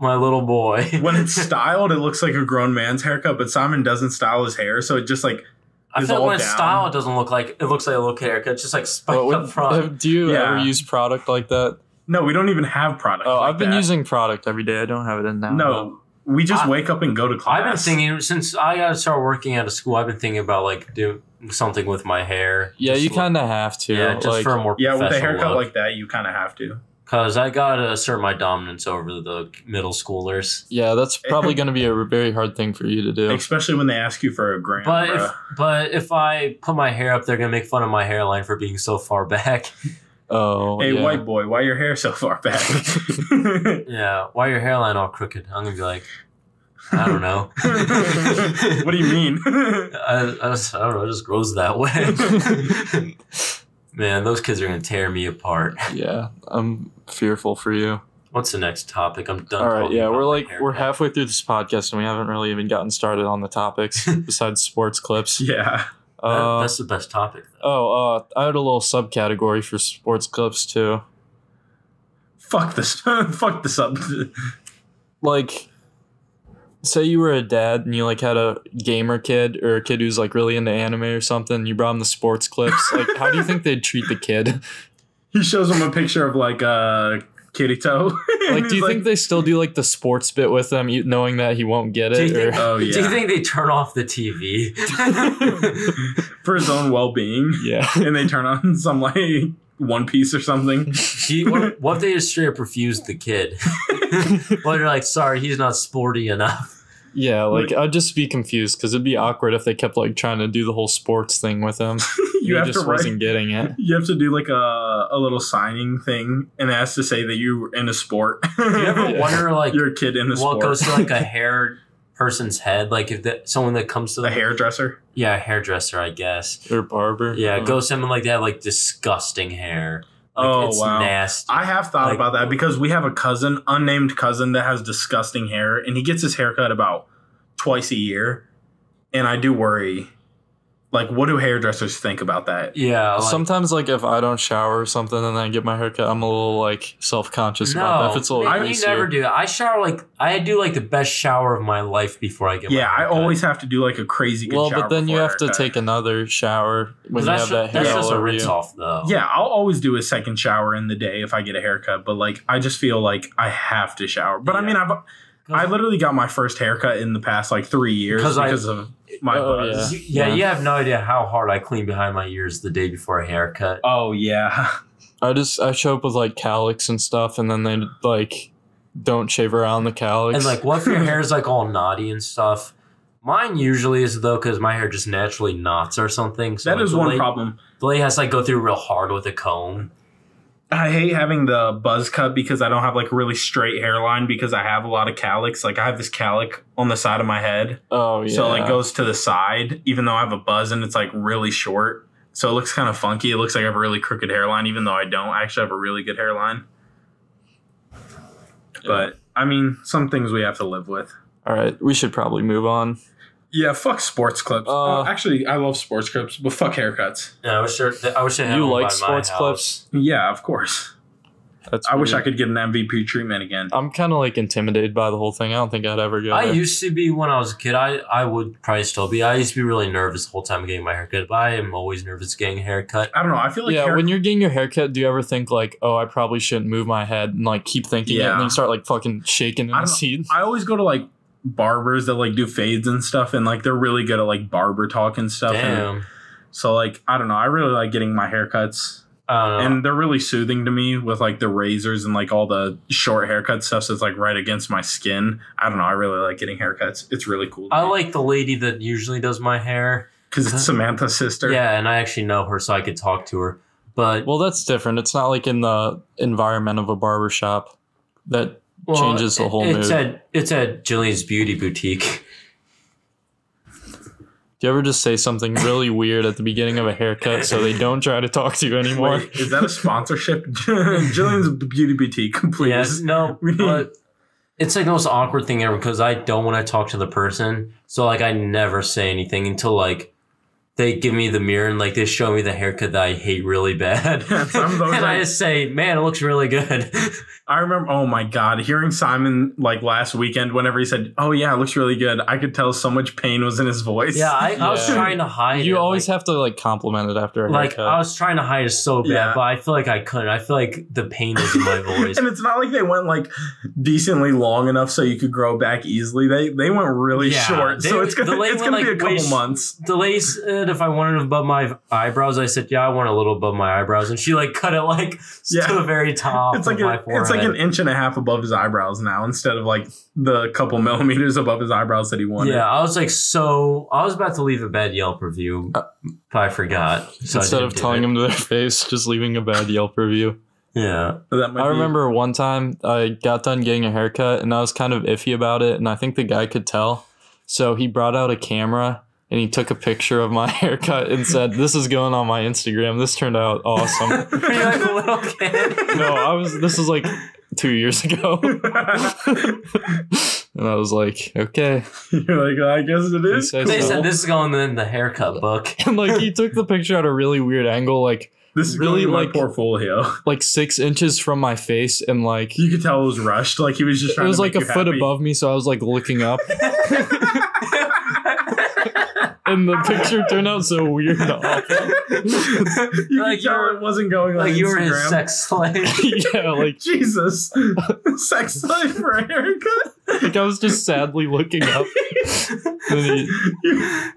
Speaker 4: my little boy.
Speaker 3: When it's styled, it looks like a grown man's haircut, but Simon doesn't style his hair, so it just like
Speaker 4: I
Speaker 3: is
Speaker 4: feel
Speaker 3: all
Speaker 4: like when it's
Speaker 3: down.
Speaker 4: styled, it doesn't look like it looks like a little kid haircut. It's just like spiked
Speaker 2: But
Speaker 4: up front.
Speaker 2: when- do you ever
Speaker 3: Yeah.
Speaker 2: use product like that?
Speaker 3: no, we don't even have product.
Speaker 2: Oh,
Speaker 3: like
Speaker 2: I've been
Speaker 3: that.
Speaker 2: using product every day. I don't have it in now.
Speaker 3: No, we just
Speaker 4: I-
Speaker 3: wake up and go to class.
Speaker 4: I've been thinking since I got to start working out of school. I've been thinking about like doing something with my hair.
Speaker 2: Yeah,
Speaker 4: Just
Speaker 2: you
Speaker 4: look-
Speaker 2: kind of have to.
Speaker 4: Yeah, just
Speaker 2: like,
Speaker 4: for a more
Speaker 3: Yeah, with a
Speaker 4: professional
Speaker 3: haircut
Speaker 4: look.
Speaker 3: like that, you kind of have to.
Speaker 4: Cause I gotta assert my dominance over the middle schoolers.
Speaker 2: yeah, that's probably going to be a very hard thing for you to do.
Speaker 3: Especially when they ask you for a grand.
Speaker 4: But
Speaker 3: bruh.
Speaker 4: if but if I put my hair up, they're gonna make fun of my hairline for being so far back.
Speaker 2: Oh,
Speaker 3: hey,
Speaker 2: yeah.
Speaker 3: white boy, why your hair so far back?
Speaker 4: yeah, why your hairline all crooked? I'm gonna be like, I don't know.
Speaker 3: what do you mean?
Speaker 4: I, I, just, I don't know. It just grows that way. Man, those kids are gonna tear me apart.
Speaker 2: Yeah, I'm fearful for you.
Speaker 4: What's the next topic? I'm done.
Speaker 2: All right,
Speaker 4: talking
Speaker 2: yeah,
Speaker 4: about
Speaker 2: we're
Speaker 4: my
Speaker 2: like we're
Speaker 4: haircut.
Speaker 2: halfway through this podcast and we haven't really even gotten started on the topics besides sports clips.
Speaker 3: yeah.
Speaker 4: That-
Speaker 2: Uh,
Speaker 4: that's the best topic. though.
Speaker 2: oh, uh, I had a little subcategory for sports clips too.
Speaker 3: Fuck this. Fuck this up.
Speaker 2: Like, say you were a dad and you like had a gamer kid or a kid who's like really into anime or something. You brought him the sports clips. like, how do you think they'd treat the kid?
Speaker 3: He shows him a picture of like uh, kitty toe. And
Speaker 2: Like,
Speaker 3: he's
Speaker 2: do you think they still do like the sports bit with them, e- knowing that he won't get
Speaker 4: Do you
Speaker 2: it?
Speaker 4: think?
Speaker 2: Or,
Speaker 3: Oh,
Speaker 4: Do you
Speaker 3: yeah.
Speaker 4: think they turn off the TV?
Speaker 3: for his own well being?
Speaker 2: yeah.
Speaker 3: And they turn on some like One Piece or something.
Speaker 4: Do you, what, what if they just straight up refuse the kid? well, you're like, sorry, he's not sporty enough.
Speaker 2: Yeah, like
Speaker 3: Like-
Speaker 2: I'd just be confused because it'd be awkward if they kept like trying to do the whole sports thing with him.
Speaker 3: you
Speaker 2: he
Speaker 3: have to
Speaker 2: just
Speaker 3: write.
Speaker 2: wasn't getting it.
Speaker 3: You have to do like a, a little signing thing and it has to say that you're in a sport.
Speaker 4: Do you ever
Speaker 2: Yeah.
Speaker 4: wonder, like,
Speaker 3: You're a kid in a
Speaker 4: what
Speaker 3: sport.
Speaker 4: goes to like a hair person's head? Like, if that someone that comes to
Speaker 3: a
Speaker 4: the
Speaker 3: hairdresser.
Speaker 4: yeah, a hairdresser, I guess.
Speaker 2: Or barber.
Speaker 4: Yeah,
Speaker 2: Uh,
Speaker 4: go someone like they have like disgusting hair. Like,
Speaker 3: Oh,
Speaker 4: it's
Speaker 3: wow.
Speaker 4: nasty.
Speaker 3: I have thought
Speaker 4: Like-
Speaker 3: about that because we have a cousin, unnamed cousin, that has disgusting hair, and he gets his hair cut about twice a year. And I do worry, like, what do hairdressers think about that?
Speaker 4: yeah, like,
Speaker 2: Sometimes, like if I don't shower or something and I get my haircut, I'm a little like self conscious about that. If it's a little
Speaker 4: man, you
Speaker 2: greasier.
Speaker 4: never do that. I shower like I do like the best shower of my life before I get. my
Speaker 3: Yeah, I
Speaker 4: haircut.
Speaker 3: always have to do like a crazy good
Speaker 2: well,
Speaker 3: shower
Speaker 2: but then you
Speaker 3: before a
Speaker 2: have to
Speaker 3: haircut.
Speaker 2: take another shower when you
Speaker 4: that's
Speaker 2: have
Speaker 4: ju-
Speaker 2: that hair
Speaker 4: that's
Speaker 2: all
Speaker 4: just a
Speaker 2: over
Speaker 4: rinse
Speaker 2: you.
Speaker 4: off though.
Speaker 3: Yeah, I'll always do a second shower in the day if I get a haircut, but like I just feel like I have to shower. But I
Speaker 4: Yeah.
Speaker 3: mean, I've I literally got my first haircut in the past like three years
Speaker 4: 'Cause I-
Speaker 3: because of my
Speaker 2: Oh,
Speaker 3: buzz.
Speaker 4: You- yeah,
Speaker 2: Yeah.
Speaker 4: you have no idea how hard I clean behind my ears the day before a haircut.
Speaker 3: Oh yeah,
Speaker 2: I just I show up with like calyx and stuff, and then they like don't shave around the calyx.
Speaker 4: And like, what if your hair is like all knotty and stuff? Mine usually is though, because my hair just naturally knots or something. So
Speaker 3: that
Speaker 4: like,
Speaker 3: is
Speaker 4: the
Speaker 3: one
Speaker 4: lady-
Speaker 3: problem.
Speaker 4: The lady has to like go through real hard with a comb.
Speaker 3: I hate having the buzz cut because I don't have like a really straight hairline because I have a lot of cowlicks. Like I have this cowlick on the side of my head.
Speaker 2: oh yeah.
Speaker 3: So like goes to the side, even though I have a buzz and it's like really short. So it looks kind of funky. It looks like I have a really crooked hairline, even though I don't. I actually have a really good hairline. But I mean, some things we have to live with.
Speaker 2: all right, we should probably move on.
Speaker 3: Yeah, fuck sports clips.
Speaker 2: Uh,
Speaker 3: Uh, actually, I love sports clips, but fuck haircuts.
Speaker 4: Yeah, I wish there, I wish I had
Speaker 2: you like
Speaker 4: one by my
Speaker 2: sports
Speaker 4: house.
Speaker 2: clips?
Speaker 3: Yeah, of course.
Speaker 2: That's
Speaker 3: I wish
Speaker 2: weird.
Speaker 3: I could get an MVP treatment again.
Speaker 2: I'm kind of like intimidated by the whole thing. I don't think I'd ever go.
Speaker 4: I
Speaker 2: there.
Speaker 4: used to be when I was a kid. I, I would probably still be. I used to be really nervous the whole time getting my haircut, but I am always nervous getting a haircut.
Speaker 3: I don't know. I feel like
Speaker 2: yeah,
Speaker 3: hair-
Speaker 2: when you're getting your haircut, do you ever think like, "Oh, I probably shouldn't move my head," and like keep thinking it, and
Speaker 3: Yeah.
Speaker 2: then you start like fucking shaking in
Speaker 3: I
Speaker 2: the
Speaker 3: don't-
Speaker 2: seat?
Speaker 3: I always go to like barbers that like do fades and stuff, and like they're really good at like barber talk and stuff. And
Speaker 4: Damn,
Speaker 3: so like I don't know, I really like getting my haircuts,
Speaker 4: I don't know.
Speaker 3: and they're really soothing to me with like the razors and like all the short haircut stuff that's like right against my skin. I don't know, I really like getting haircuts. It's really cool.
Speaker 4: I like the lady that usually does my hair.
Speaker 3: because it's Samantha's sister.
Speaker 4: Yeah, and I actually know her, so I could talk to her. But
Speaker 2: well, that's different. It's not like in the environment of a barber shop that
Speaker 4: well,
Speaker 2: changes the whole
Speaker 4: It's
Speaker 2: mood.
Speaker 4: at it's at Jillian's Beauty Boutique.
Speaker 2: Do you ever just say something really weird at the beginning of a haircut so they don't try to talk to you anymore?
Speaker 3: Wait, is that a sponsorship? Jillian's Beauty Boutique, please.
Speaker 4: Yes, no,
Speaker 3: We need-
Speaker 4: but it's like the most awkward thing ever because I don't want to talk to the person, so like I never say anything until like they give me the mirror and like they show me the haircut that I hate really bad.
Speaker 3: That's- I'm
Speaker 4: and
Speaker 3: always
Speaker 4: I
Speaker 3: like-
Speaker 4: just say, man, it looks really good.
Speaker 3: I remember, oh my God, hearing Simon like last weekend whenever he said, Oh, yeah, it looks really good. I could tell so much pain was in his voice.
Speaker 4: yeah, I, I was
Speaker 2: Yeah.
Speaker 4: trying to hide.
Speaker 2: You
Speaker 4: it,
Speaker 2: always
Speaker 4: like,
Speaker 2: have to like compliment it after a
Speaker 4: like
Speaker 2: haircut.
Speaker 4: I was trying to hide it so bad,
Speaker 3: Yeah.
Speaker 4: but I feel like I couldn't. I feel like the pain was in my voice.
Speaker 3: and it's not like they went like decently long enough so you could grow back easily. They they went really
Speaker 4: Yeah,
Speaker 3: short.
Speaker 4: they-
Speaker 3: so it's gonna
Speaker 4: the lady
Speaker 3: it's gonna
Speaker 4: went,
Speaker 3: be a
Speaker 4: like,
Speaker 3: couple
Speaker 4: waist-
Speaker 3: months.
Speaker 4: The lady said if I wanted it above my eyebrows, I said, yeah, I want a little above my eyebrows. And she like cut it like
Speaker 3: Yeah.
Speaker 4: to the very top
Speaker 3: It's
Speaker 4: of
Speaker 3: like
Speaker 4: my
Speaker 3: a,
Speaker 4: forehead.
Speaker 3: it's like an inch and a half above his eyebrows now instead of like the couple millimeters above his eyebrows that he wanted.
Speaker 4: yeah, I was like so. I was about to leave a bad Yelp review, but I forgot. So I
Speaker 2: Instead
Speaker 4: didn't
Speaker 2: of
Speaker 4: do
Speaker 2: telling
Speaker 4: it.
Speaker 2: them to their face, just leaving a bad Yelp review.
Speaker 4: yeah,
Speaker 3: So that might
Speaker 2: I
Speaker 3: be-
Speaker 2: remember one time I got done getting a haircut and I was kind of iffy about it, and I think the guy could tell. So he brought out a camera and he took a picture of my haircut and said, This is going on my Instagram. This turned out awesome.
Speaker 4: Were you like a little kid?
Speaker 2: no, I was, this was like two years ago. and I was like, Okay.
Speaker 3: You're like, "Oh, I guess it
Speaker 2: He
Speaker 3: is.
Speaker 2: says
Speaker 4: They
Speaker 2: so."
Speaker 4: said this is going in the haircut book.
Speaker 2: and like he took the picture at a really weird angle, like
Speaker 3: This is
Speaker 2: really
Speaker 3: really my
Speaker 2: like-
Speaker 3: portfolio.
Speaker 2: like six inches from my face, and like
Speaker 3: You could tell it was rushed. Like he was just
Speaker 2: it
Speaker 3: trying
Speaker 2: was
Speaker 3: to
Speaker 2: like
Speaker 3: make
Speaker 2: a
Speaker 3: you
Speaker 2: foot
Speaker 3: happy.
Speaker 2: above me, so I was like looking up, and the picture turned out so weird. and awful.
Speaker 3: you could
Speaker 4: Like
Speaker 3: tell
Speaker 4: you were-
Speaker 3: it wasn't going on
Speaker 4: like you were
Speaker 3: Instagram.
Speaker 4: his sex slave.
Speaker 2: yeah, like
Speaker 3: Jesus, sex life for a haircut.
Speaker 2: like I was just sadly looking up. And he-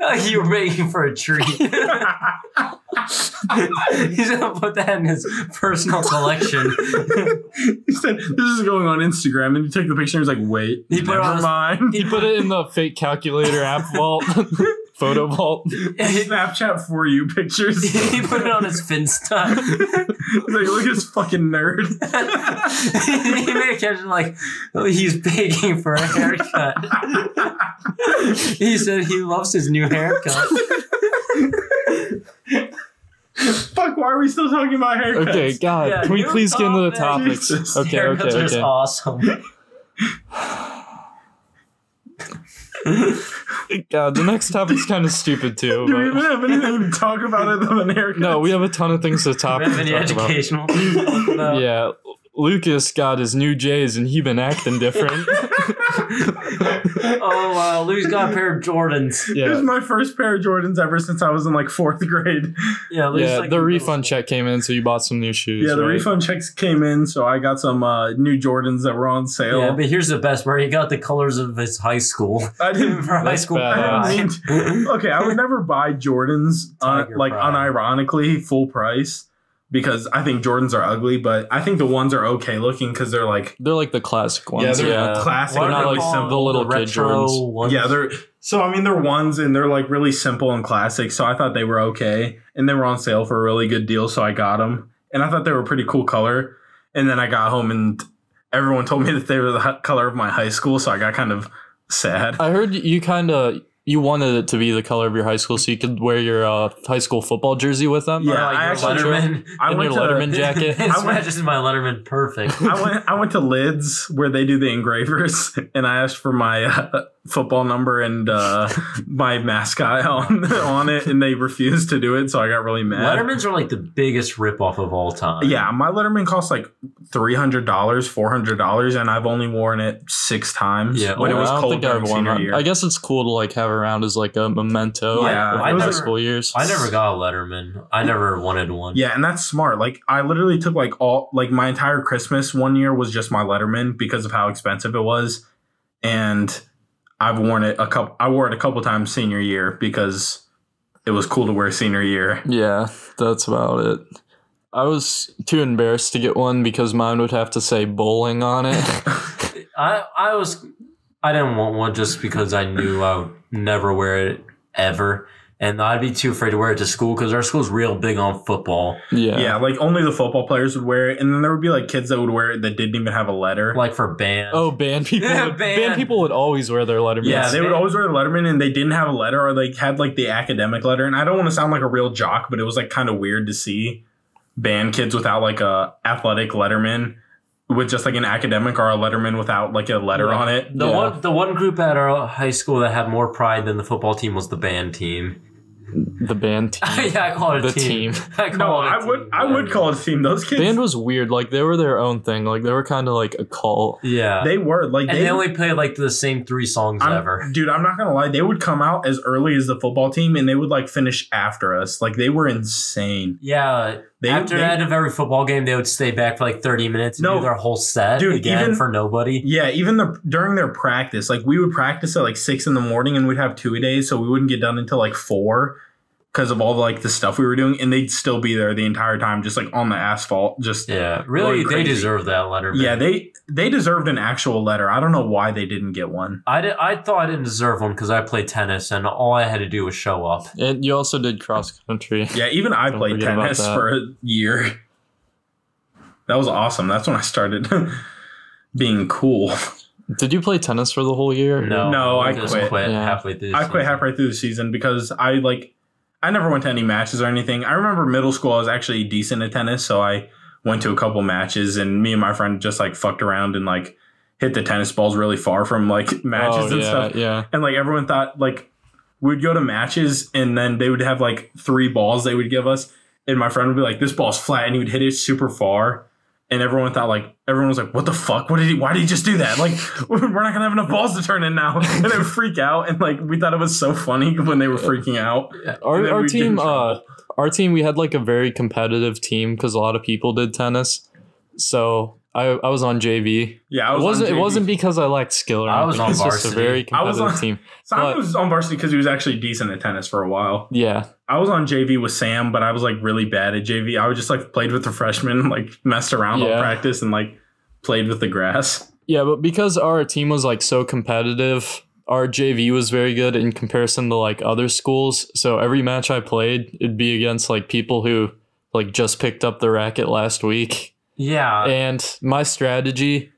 Speaker 4: like you were begging for a treat. He's gonna put that in his personal collection.
Speaker 3: he said, "This is going on Instagram," and he took the picture. and He's like, "Wait,
Speaker 4: He put it
Speaker 3: never
Speaker 4: on his-
Speaker 3: mind."
Speaker 2: he put it in the fake calculator app vault, photo vault.
Speaker 4: he,
Speaker 3: Snapchat for you pictures. He's
Speaker 4: he put it on his Finsta.
Speaker 3: like, "Look at this fucking nerd."
Speaker 4: he made a caption like, "Oh, he's begging for a haircut. he said he loves his new haircut.
Speaker 3: Fuck, why are we still talking about haircuts?
Speaker 2: Okay, God,
Speaker 4: Yeah,
Speaker 2: can we
Speaker 4: new
Speaker 2: please get into the
Speaker 4: topic.
Speaker 2: topics?
Speaker 3: Jesus.
Speaker 2: Okay,
Speaker 4: haircuts
Speaker 2: okay,
Speaker 4: are just
Speaker 2: okay.
Speaker 4: awesome.
Speaker 2: God, the next topic's kind of stupid too.
Speaker 3: Do we
Speaker 2: but-
Speaker 3: even have anything to talk about other than haircuts?
Speaker 2: No, we have a ton of things to top.
Speaker 4: Do you have any
Speaker 2: talk about.
Speaker 4: educational? No.
Speaker 2: Yeah, Lucas got his new J's and he been acting different.
Speaker 4: Oh wow, Louis got a pair of Jordans.
Speaker 3: It was
Speaker 2: yeah,
Speaker 3: my first pair of Jordans ever since I was in like fourth grade.
Speaker 4: Yeah, Louis
Speaker 2: yeah.
Speaker 4: like
Speaker 2: The refund check came in, so you bought some new shoes.
Speaker 3: Yeah, the
Speaker 2: right?
Speaker 3: refund checks came in, so I got some uh, new Jordans that were on sale.
Speaker 4: Yeah, but here's the best part. He got the colors of his high school.
Speaker 3: I
Speaker 4: For
Speaker 3: didn't.
Speaker 4: high
Speaker 2: That's
Speaker 4: school.
Speaker 2: badass.
Speaker 3: I didn't mean to- okay, I would never buy Jordans on,
Speaker 4: Tiger
Speaker 3: like
Speaker 4: pride.
Speaker 3: unironically full price because I think Jordans are ugly, but I think the ones are okay looking because they're like
Speaker 2: They're like the classic ones. Yeah,
Speaker 3: they're classic.
Speaker 4: uh, What
Speaker 2: They're
Speaker 4: are
Speaker 2: not
Speaker 4: they
Speaker 2: like
Speaker 4: called?
Speaker 2: some- the little kid
Speaker 4: retro
Speaker 2: Jordans.
Speaker 4: ones.
Speaker 3: yeah they're so I mean they're ones and they're like really simple and classic. So I thought they were okay and they were on sale for a really good deal, so I got them and I thought they were a pretty cool color. And then I got home and everyone told me that they were the hu- color of my high school, so I got kind of sad.
Speaker 2: I heard you kind of you wanted it to be the color of your high school, so you could wear your uh, high school football jersey with them.
Speaker 3: Yeah,
Speaker 4: Like
Speaker 3: I
Speaker 4: your
Speaker 3: actually-
Speaker 4: Letterman.
Speaker 3: I
Speaker 2: in your
Speaker 3: went to
Speaker 2: Letterman jacket.
Speaker 4: It's
Speaker 3: I went-
Speaker 4: matches my Letterman perfect.
Speaker 3: I went. I went to Lids where they do the engravers, and I asked for my uh, football number and uh, my mascot on on it, and they refused to do it. So I got really mad.
Speaker 4: Lettermans are like the biggest ripoff of all time.
Speaker 3: Yeah, my Letterman costs like three hundred dollars, four hundred dollars, and I've only worn it six times.
Speaker 4: Yeah,
Speaker 3: when it
Speaker 2: I
Speaker 3: was
Speaker 2: don't
Speaker 3: cold
Speaker 2: think I've
Speaker 3: during
Speaker 2: worn
Speaker 3: senior
Speaker 2: that.
Speaker 3: year.
Speaker 2: I guess it's cool to like have around as like a memento
Speaker 3: Yeah,
Speaker 2: of
Speaker 3: I
Speaker 2: your high
Speaker 4: never-
Speaker 2: school years.
Speaker 4: I never got a Letterman. I never wanted one.
Speaker 3: yeah, and that's smart. Like I literally took like all like my entire Christmas one year was just my Letterman because of how expensive it was, and I've worn it a couple. I wore it a couple times senior year because it was cool to wear senior year.
Speaker 2: Yeah, that's about it. I was too embarrassed to get one because mine would have to say bowling on it.
Speaker 4: I I was I didn't want one just because I knew I would never wear it ever, and I'd be too afraid to wear it to school because our school's real big on football.
Speaker 2: yeah.
Speaker 3: Yeah. like only the football players would wear it, and then there would be like kids that would wear it that didn't even have a letter.
Speaker 4: Like for band,
Speaker 2: Oh, band people.
Speaker 4: Yeah,
Speaker 2: would,
Speaker 4: band.
Speaker 2: band people would always wear their Letterman.
Speaker 3: Yeah,
Speaker 4: Yes,
Speaker 3: they would
Speaker 4: man.
Speaker 3: always wear the Letterman, and they didn't have a letter, or they had like the academic letter. And I don't want to sound like a real jock, but it was like kind of weird to see band kids without like a athletic Letterman, with just like an academic or a Letterman without like a letter on it.
Speaker 4: the
Speaker 2: Yeah.
Speaker 4: one the one group at our high school that had more pride than the football team was the band team.
Speaker 2: the band team.
Speaker 4: yeah, I call it a
Speaker 2: The
Speaker 4: team.
Speaker 2: team.
Speaker 4: I
Speaker 3: No,
Speaker 4: call it a
Speaker 3: I would
Speaker 4: team,
Speaker 3: I
Speaker 4: yeah.
Speaker 3: would call it a team. Those kids,
Speaker 2: band was weird. Like they were their own thing. Like they were kind of like a cult.
Speaker 4: Yeah.
Speaker 3: they were like
Speaker 4: and they only played like the same three songs
Speaker 3: I'm-
Speaker 4: ever.
Speaker 3: Dude, I'm not gonna lie. They would come out as early as the football team, and they would like finish after us. Like they were insane.
Speaker 4: Yeah.
Speaker 3: They,
Speaker 4: After
Speaker 3: they-
Speaker 4: the end of every football game, they would stay back for like 30 minutes and
Speaker 3: No.
Speaker 4: do their whole set
Speaker 3: Dude,
Speaker 4: again
Speaker 3: even-
Speaker 4: for nobody.
Speaker 3: yeah, even the during their practice, like we would practice at like six in the morning, and we'd have two a days, so we wouldn't get done until like four because of all like the stuff we were doing, and they'd still be there the entire time, just like on the asphalt, just.
Speaker 4: Yeah.
Speaker 3: Going
Speaker 4: Really, they
Speaker 3: crazy.
Speaker 4: deserve that letter. man.
Speaker 3: Yeah, they they deserved an actual letter. I don't know why they didn't get one.
Speaker 4: I, did, I thought I didn't deserve one because I played tennis and all I had to do was show up.
Speaker 2: And you also did cross country.
Speaker 3: Yeah, even I
Speaker 2: Don't
Speaker 3: played
Speaker 2: forget about
Speaker 3: tennis
Speaker 2: that.
Speaker 3: for a year. That was awesome. That's when I started being cool.
Speaker 2: Did you play tennis for the whole year?
Speaker 4: No,
Speaker 3: No, I
Speaker 4: just
Speaker 3: quit.
Speaker 2: Yeah.
Speaker 4: halfway through. the
Speaker 3: I quit
Speaker 4: season.
Speaker 3: halfway through the season because I like I never went to any matches or anything. I remember middle school I was actually decent at tennis, so I went to a couple matches and me and my friend just like fucked around and like hit the tennis balls really far from like matches
Speaker 2: Oh,
Speaker 3: and
Speaker 2: yeah,
Speaker 3: stuff.
Speaker 2: Yeah.
Speaker 3: and like everyone thought like we'd go to matches and then they would have like three balls they would give us and my friend would be like this ball's flat and he would hit it super far and everyone thought like everyone was like what the fuck what did he why did he just do that like we're not gonna have enough balls to turn in now and they would freak out and like we thought it was so funny when they were freaking out And
Speaker 2: Our,
Speaker 3: then
Speaker 2: our
Speaker 3: we'd get in
Speaker 2: team, uh,
Speaker 3: trouble.
Speaker 2: our team, we had like a very competitive team because a lot of people did tennis. So I, I was on JV.
Speaker 3: yeah I
Speaker 2: It
Speaker 3: was
Speaker 2: wasn't.
Speaker 3: on
Speaker 2: It
Speaker 3: JV.
Speaker 2: wasn't because I lacked skill. Or
Speaker 4: I was
Speaker 2: anything.
Speaker 4: on
Speaker 2: It's just a
Speaker 4: varsity.
Speaker 2: very
Speaker 3: I was
Speaker 2: competitive
Speaker 3: on-
Speaker 2: team.
Speaker 3: Simon
Speaker 2: but-
Speaker 3: was on varsity because he was actually decent at tennis for a while
Speaker 2: Yeah.
Speaker 3: I was on JV with Sam but I was like really bad at JV I was just like played with the freshmen like messed around on
Speaker 2: Yeah.
Speaker 3: practice and like played with the grass
Speaker 2: Yeah, but because our team was like so competitive, our JV was very good in comparison to like other schools. So every match I played, it'd be against like people who like just picked up the racket last week.
Speaker 4: Yeah,
Speaker 3: Uh,
Speaker 2: And my strategy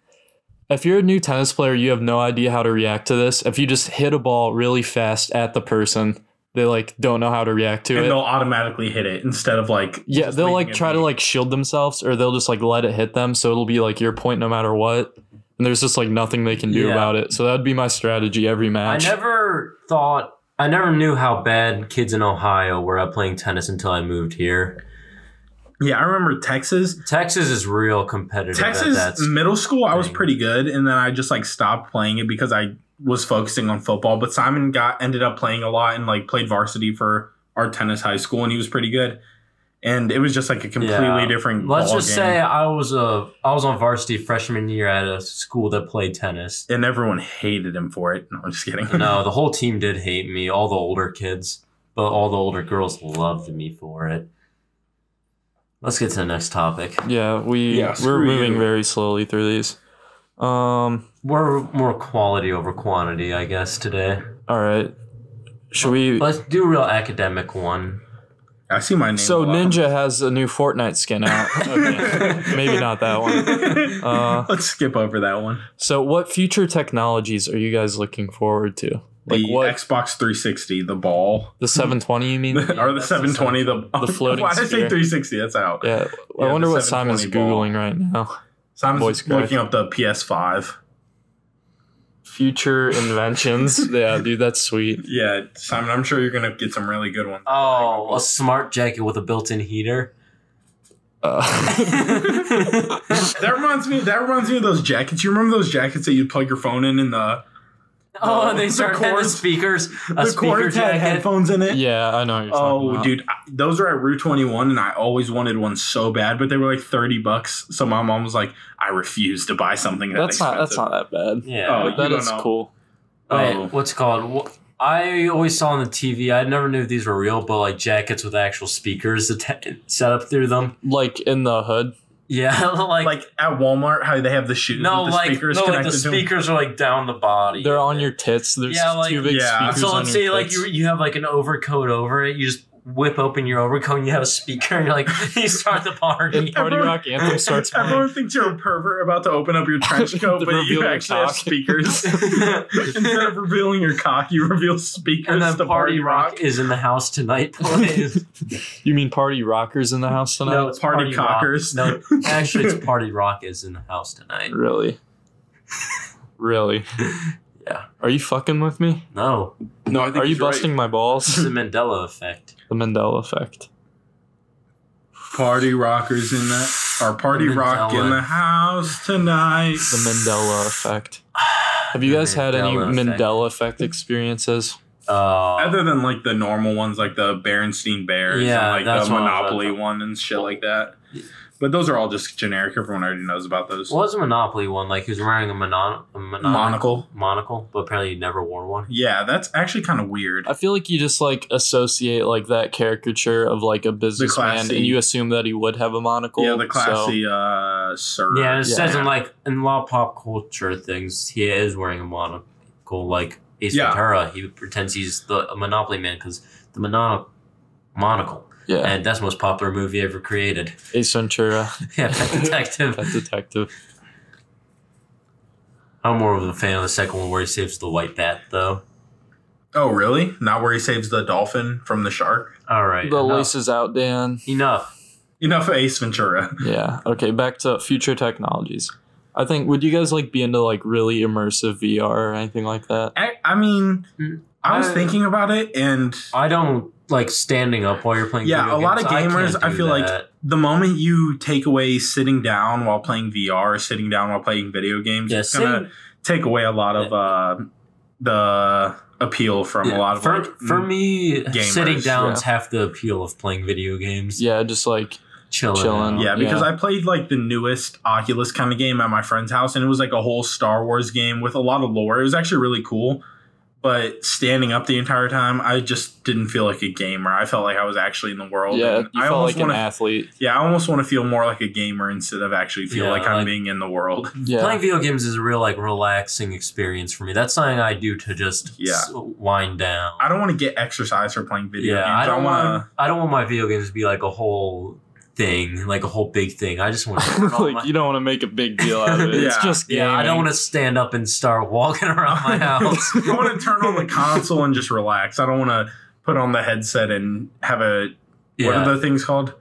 Speaker 2: if you're a new tennis player, you have no idea how to react to this. If you just hit a ball really fast at the person, they like don't know how to react to
Speaker 3: and
Speaker 2: it.
Speaker 3: they'll automatically hit it instead of like
Speaker 2: Yeah,
Speaker 3: just
Speaker 2: they'll
Speaker 3: leaving
Speaker 2: like
Speaker 3: it
Speaker 2: try to
Speaker 3: be.
Speaker 2: like shield themselves or they'll just like let it hit them. So it'll be like your point no matter what. And there's just like nothing they can do
Speaker 4: Yeah.
Speaker 2: about it. So that would be my strategy every
Speaker 4: I
Speaker 2: match.
Speaker 4: never thought I never knew how bad kids in Ohio were at playing tennis until I moved here.
Speaker 3: yeah i remember texas
Speaker 4: Texas is real competitive. at that
Speaker 3: texas
Speaker 4: s-
Speaker 3: middle school i was
Speaker 4: thing.
Speaker 3: pretty good and then i just like stopped playing it because i was focusing on football but simon got ended up playing a lot and like played varsity for our tennis high school and he was pretty good and it was just like a completely
Speaker 4: Yeah.
Speaker 3: different
Speaker 4: Let's
Speaker 3: ball
Speaker 4: just
Speaker 3: game.
Speaker 4: say I was a I was on varsity freshman year at a school that played tennis.
Speaker 3: and everyone hated him for it no i'm just kidding
Speaker 4: No, the whole team did hate me. All the older kids, but all the older girls loved me for it. Let's get to the next topic.
Speaker 2: yeah, we
Speaker 3: Yeah,
Speaker 2: we're
Speaker 3: screw
Speaker 2: moving
Speaker 3: you.
Speaker 2: very slowly through these. Um
Speaker 4: We're more quality over quantity, I guess today.
Speaker 2: all right. Should we
Speaker 4: Let's do a real academic one.
Speaker 3: i see my name
Speaker 2: So
Speaker 3: a lot.
Speaker 2: Ninja has a new Fortnite skin out. Okay. Maybe not that one. Uh,
Speaker 3: let's skip over that one
Speaker 2: So what future technologies are you guys looking forward to? Like
Speaker 3: the
Speaker 2: what
Speaker 3: xbox 360 the ball
Speaker 2: the 720 you mean?
Speaker 3: or the
Speaker 4: that's the
Speaker 3: 720, the,
Speaker 2: The floating
Speaker 3: Why did I say
Speaker 2: sphere.
Speaker 3: 360? That's out.
Speaker 2: Yeah, I
Speaker 3: Yeah,
Speaker 2: wonder
Speaker 3: the
Speaker 2: what Simon's
Speaker 3: 720 ball.
Speaker 2: googling right now.
Speaker 3: Simon's
Speaker 2: voice crack.
Speaker 3: looking up the PS5.
Speaker 2: Future inventions. yeah, dude, that's sweet.
Speaker 3: Yeah, Simon, I'm sure you're gonna get some really good ones.
Speaker 4: Oh, a smart jacket with a built-in heater. Oh,
Speaker 2: Uh,
Speaker 3: That reminds me. That reminds me of those jackets. You remember those jackets that you'd plug your phone in and the
Speaker 4: oh,
Speaker 3: The-
Speaker 4: they
Speaker 3: the
Speaker 4: start and the
Speaker 3: cords-
Speaker 4: speakers. A
Speaker 3: the
Speaker 4: speaker
Speaker 3: cords had
Speaker 4: jacket.
Speaker 3: headphones in it.
Speaker 2: yeah, I know. What you're talking
Speaker 3: Oh,
Speaker 2: about.
Speaker 3: dude, I, those are at Rue 21, and I always wanted one so bad, but they were like 30 bucks. So my mom was like, "I refuse to buy something that
Speaker 2: that's not that's
Speaker 3: expensive."
Speaker 2: not that bad.
Speaker 3: Oh,
Speaker 4: Yeah.
Speaker 3: you
Speaker 2: that
Speaker 3: don't
Speaker 2: is
Speaker 3: know.
Speaker 2: cool.
Speaker 4: Wait,
Speaker 3: oh.
Speaker 4: what's it called? Wh- I always saw on the TV. I never knew if these were real, but like jackets with actual speakers atta- set up through them.
Speaker 2: Like in the hood.
Speaker 4: Yeah, like,
Speaker 3: Like at Walmart, how they have the shoes
Speaker 4: no,
Speaker 3: with the
Speaker 4: like
Speaker 3: speakers
Speaker 4: no, like
Speaker 3: connected
Speaker 4: the
Speaker 3: to them.
Speaker 4: speakers are like down the body.
Speaker 2: They're on your tits. There's
Speaker 4: Yeah, like-
Speaker 2: two big
Speaker 3: Yeah.
Speaker 2: speakers
Speaker 4: So
Speaker 2: on
Speaker 4: let's say
Speaker 2: your
Speaker 4: like
Speaker 2: tits.
Speaker 4: you you have like an overcoat over it. You just whip open your overcoat and you have a speaker and you're like you start the
Speaker 2: Party
Speaker 4: party.
Speaker 3: Everyone-
Speaker 2: Rock Anthem starts playing.
Speaker 3: Everyone thinks you're a pervert about to open up your trench coat,
Speaker 2: To
Speaker 3: but
Speaker 2: reveal
Speaker 3: you
Speaker 2: your
Speaker 3: actually
Speaker 2: cock.
Speaker 3: have speakers. Instead of revealing your cock, you reveal speakers
Speaker 4: and then
Speaker 3: to
Speaker 4: Party Rock, is in the house tonight. Plays.
Speaker 2: You mean party rockers in the house tonight?
Speaker 4: no, it's
Speaker 3: Party
Speaker 4: Party,
Speaker 3: Cockers.
Speaker 4: Rock. No, actually, it's Party Rock is in the house tonight.
Speaker 2: Really. Really.
Speaker 4: Yeah.
Speaker 2: Are you fucking with me?
Speaker 4: No,
Speaker 1: No, I think
Speaker 2: Are you
Speaker 1: he's right.
Speaker 2: busting my
Speaker 4: this
Speaker 2: balls?
Speaker 4: is the Mandela effect.
Speaker 2: the Mandela effect.
Speaker 3: Party rockers in that our party
Speaker 4: The
Speaker 3: rock in
Speaker 4: Mandela.
Speaker 3: the house tonight.
Speaker 2: The Mandela effect. Have you
Speaker 4: The
Speaker 2: guys had any
Speaker 4: Mandela effect.
Speaker 2: Mandela effect experiences?
Speaker 4: Uh,
Speaker 3: Other than like the normal ones, like the Berenstein Bears
Speaker 4: Yeah,
Speaker 3: and like
Speaker 4: that's
Speaker 3: the
Speaker 4: what I was
Speaker 3: Monopoly
Speaker 4: about to-
Speaker 3: one and shit like that. But those are all just generic. Everyone already knows about those.
Speaker 4: what was a Monopoly one? Like he was wearing a, monon- a monoc-
Speaker 3: Monocle.
Speaker 4: monocle, but apparently he never wore one.
Speaker 3: Yeah, that's actually kind of weird.
Speaker 2: I feel like you just like associate like that caricature of like a businessman,
Speaker 3: classy-
Speaker 2: and you assume that he would have a monocle.
Speaker 3: yeah, the
Speaker 2: so-
Speaker 3: classy uh, sir.
Speaker 4: Yeah, and it
Speaker 2: Yeah.
Speaker 4: says in like in a lot of pop culture things, he is wearing a monocle. Like Ace
Speaker 3: Yeah.
Speaker 4: Ventura, he pretends he's the a Monopoly man because the mono- monocle,
Speaker 2: yeah,
Speaker 4: and that's the most popular movie ever created.
Speaker 2: Ace Ventura,
Speaker 4: yeah, Pet Detective.
Speaker 2: that detective.
Speaker 4: I'm more of a fan of the second one where he saves the white bat, though.
Speaker 3: Oh, really? Not where he saves the dolphin from the shark?
Speaker 4: All right,
Speaker 2: The
Speaker 4: enough.
Speaker 2: lace is out, Dan.
Speaker 4: enough.
Speaker 3: Enough of Ace Ventura.
Speaker 2: Yeah. Okay, back to future technologies. I think would you guys like be into like really immersive VR or anything like that?
Speaker 3: I, I mean,
Speaker 4: Mm.
Speaker 3: I was
Speaker 4: I-
Speaker 3: thinking about it, and
Speaker 4: I don't like standing up while you're playing.
Speaker 3: Yeah, a
Speaker 4: video
Speaker 3: lot of
Speaker 4: games.
Speaker 3: gamers,
Speaker 4: can't
Speaker 3: I
Speaker 4: do
Speaker 3: feel like-
Speaker 4: that.
Speaker 3: the moment you take away sitting down while playing VR, or sitting down while playing video games,
Speaker 4: yeah,
Speaker 3: it's gonna
Speaker 4: same-
Speaker 3: take away a lot of uh, the appeal from a
Speaker 4: yeah,
Speaker 3: lot of
Speaker 4: for,
Speaker 3: like,
Speaker 4: for
Speaker 3: mm,
Speaker 4: me,
Speaker 3: gamers,
Speaker 4: sitting down is half the appeal of playing video games.
Speaker 2: Yeah, just like
Speaker 4: chilling.
Speaker 2: Chilling.
Speaker 4: out.
Speaker 3: mm, Yeah, because
Speaker 2: yeah.
Speaker 3: I played like the newest Oculus kind of game at my friend's house, and it was like a whole Star Wars game with a lot of lore. It was actually really cool, but standing up the entire time, I just didn't feel like a gamer. I felt like I was actually in the world.
Speaker 2: yeah,
Speaker 3: and
Speaker 2: you
Speaker 3: I
Speaker 2: felt like
Speaker 3: almost
Speaker 2: an
Speaker 3: want to.
Speaker 2: athlete.
Speaker 3: Yeah, I almost want to feel more like a gamer instead of actually feel
Speaker 4: Yeah,
Speaker 3: like I'm
Speaker 4: like-
Speaker 3: being in the world.
Speaker 2: Yeah,
Speaker 4: Playing video games is a real like relaxing experience for me. That's something I do to just
Speaker 3: Yeah.
Speaker 4: s- wind down.
Speaker 3: I don't want to get exercise for playing video
Speaker 4: yeah,
Speaker 3: games.
Speaker 4: I don't
Speaker 3: wanna-
Speaker 4: want. I don't want my video games to be like a whole thing, like a whole big thing. I just want to.
Speaker 2: like you don't want to make a big deal out of it. It's
Speaker 3: Yeah.
Speaker 2: just gaming.
Speaker 4: Yeah, I don't want to stand up and start walking around my house.
Speaker 3: I want to turn on the console and just relax. I don't want to put on the headset and have a what
Speaker 4: yeah,
Speaker 3: are the things called?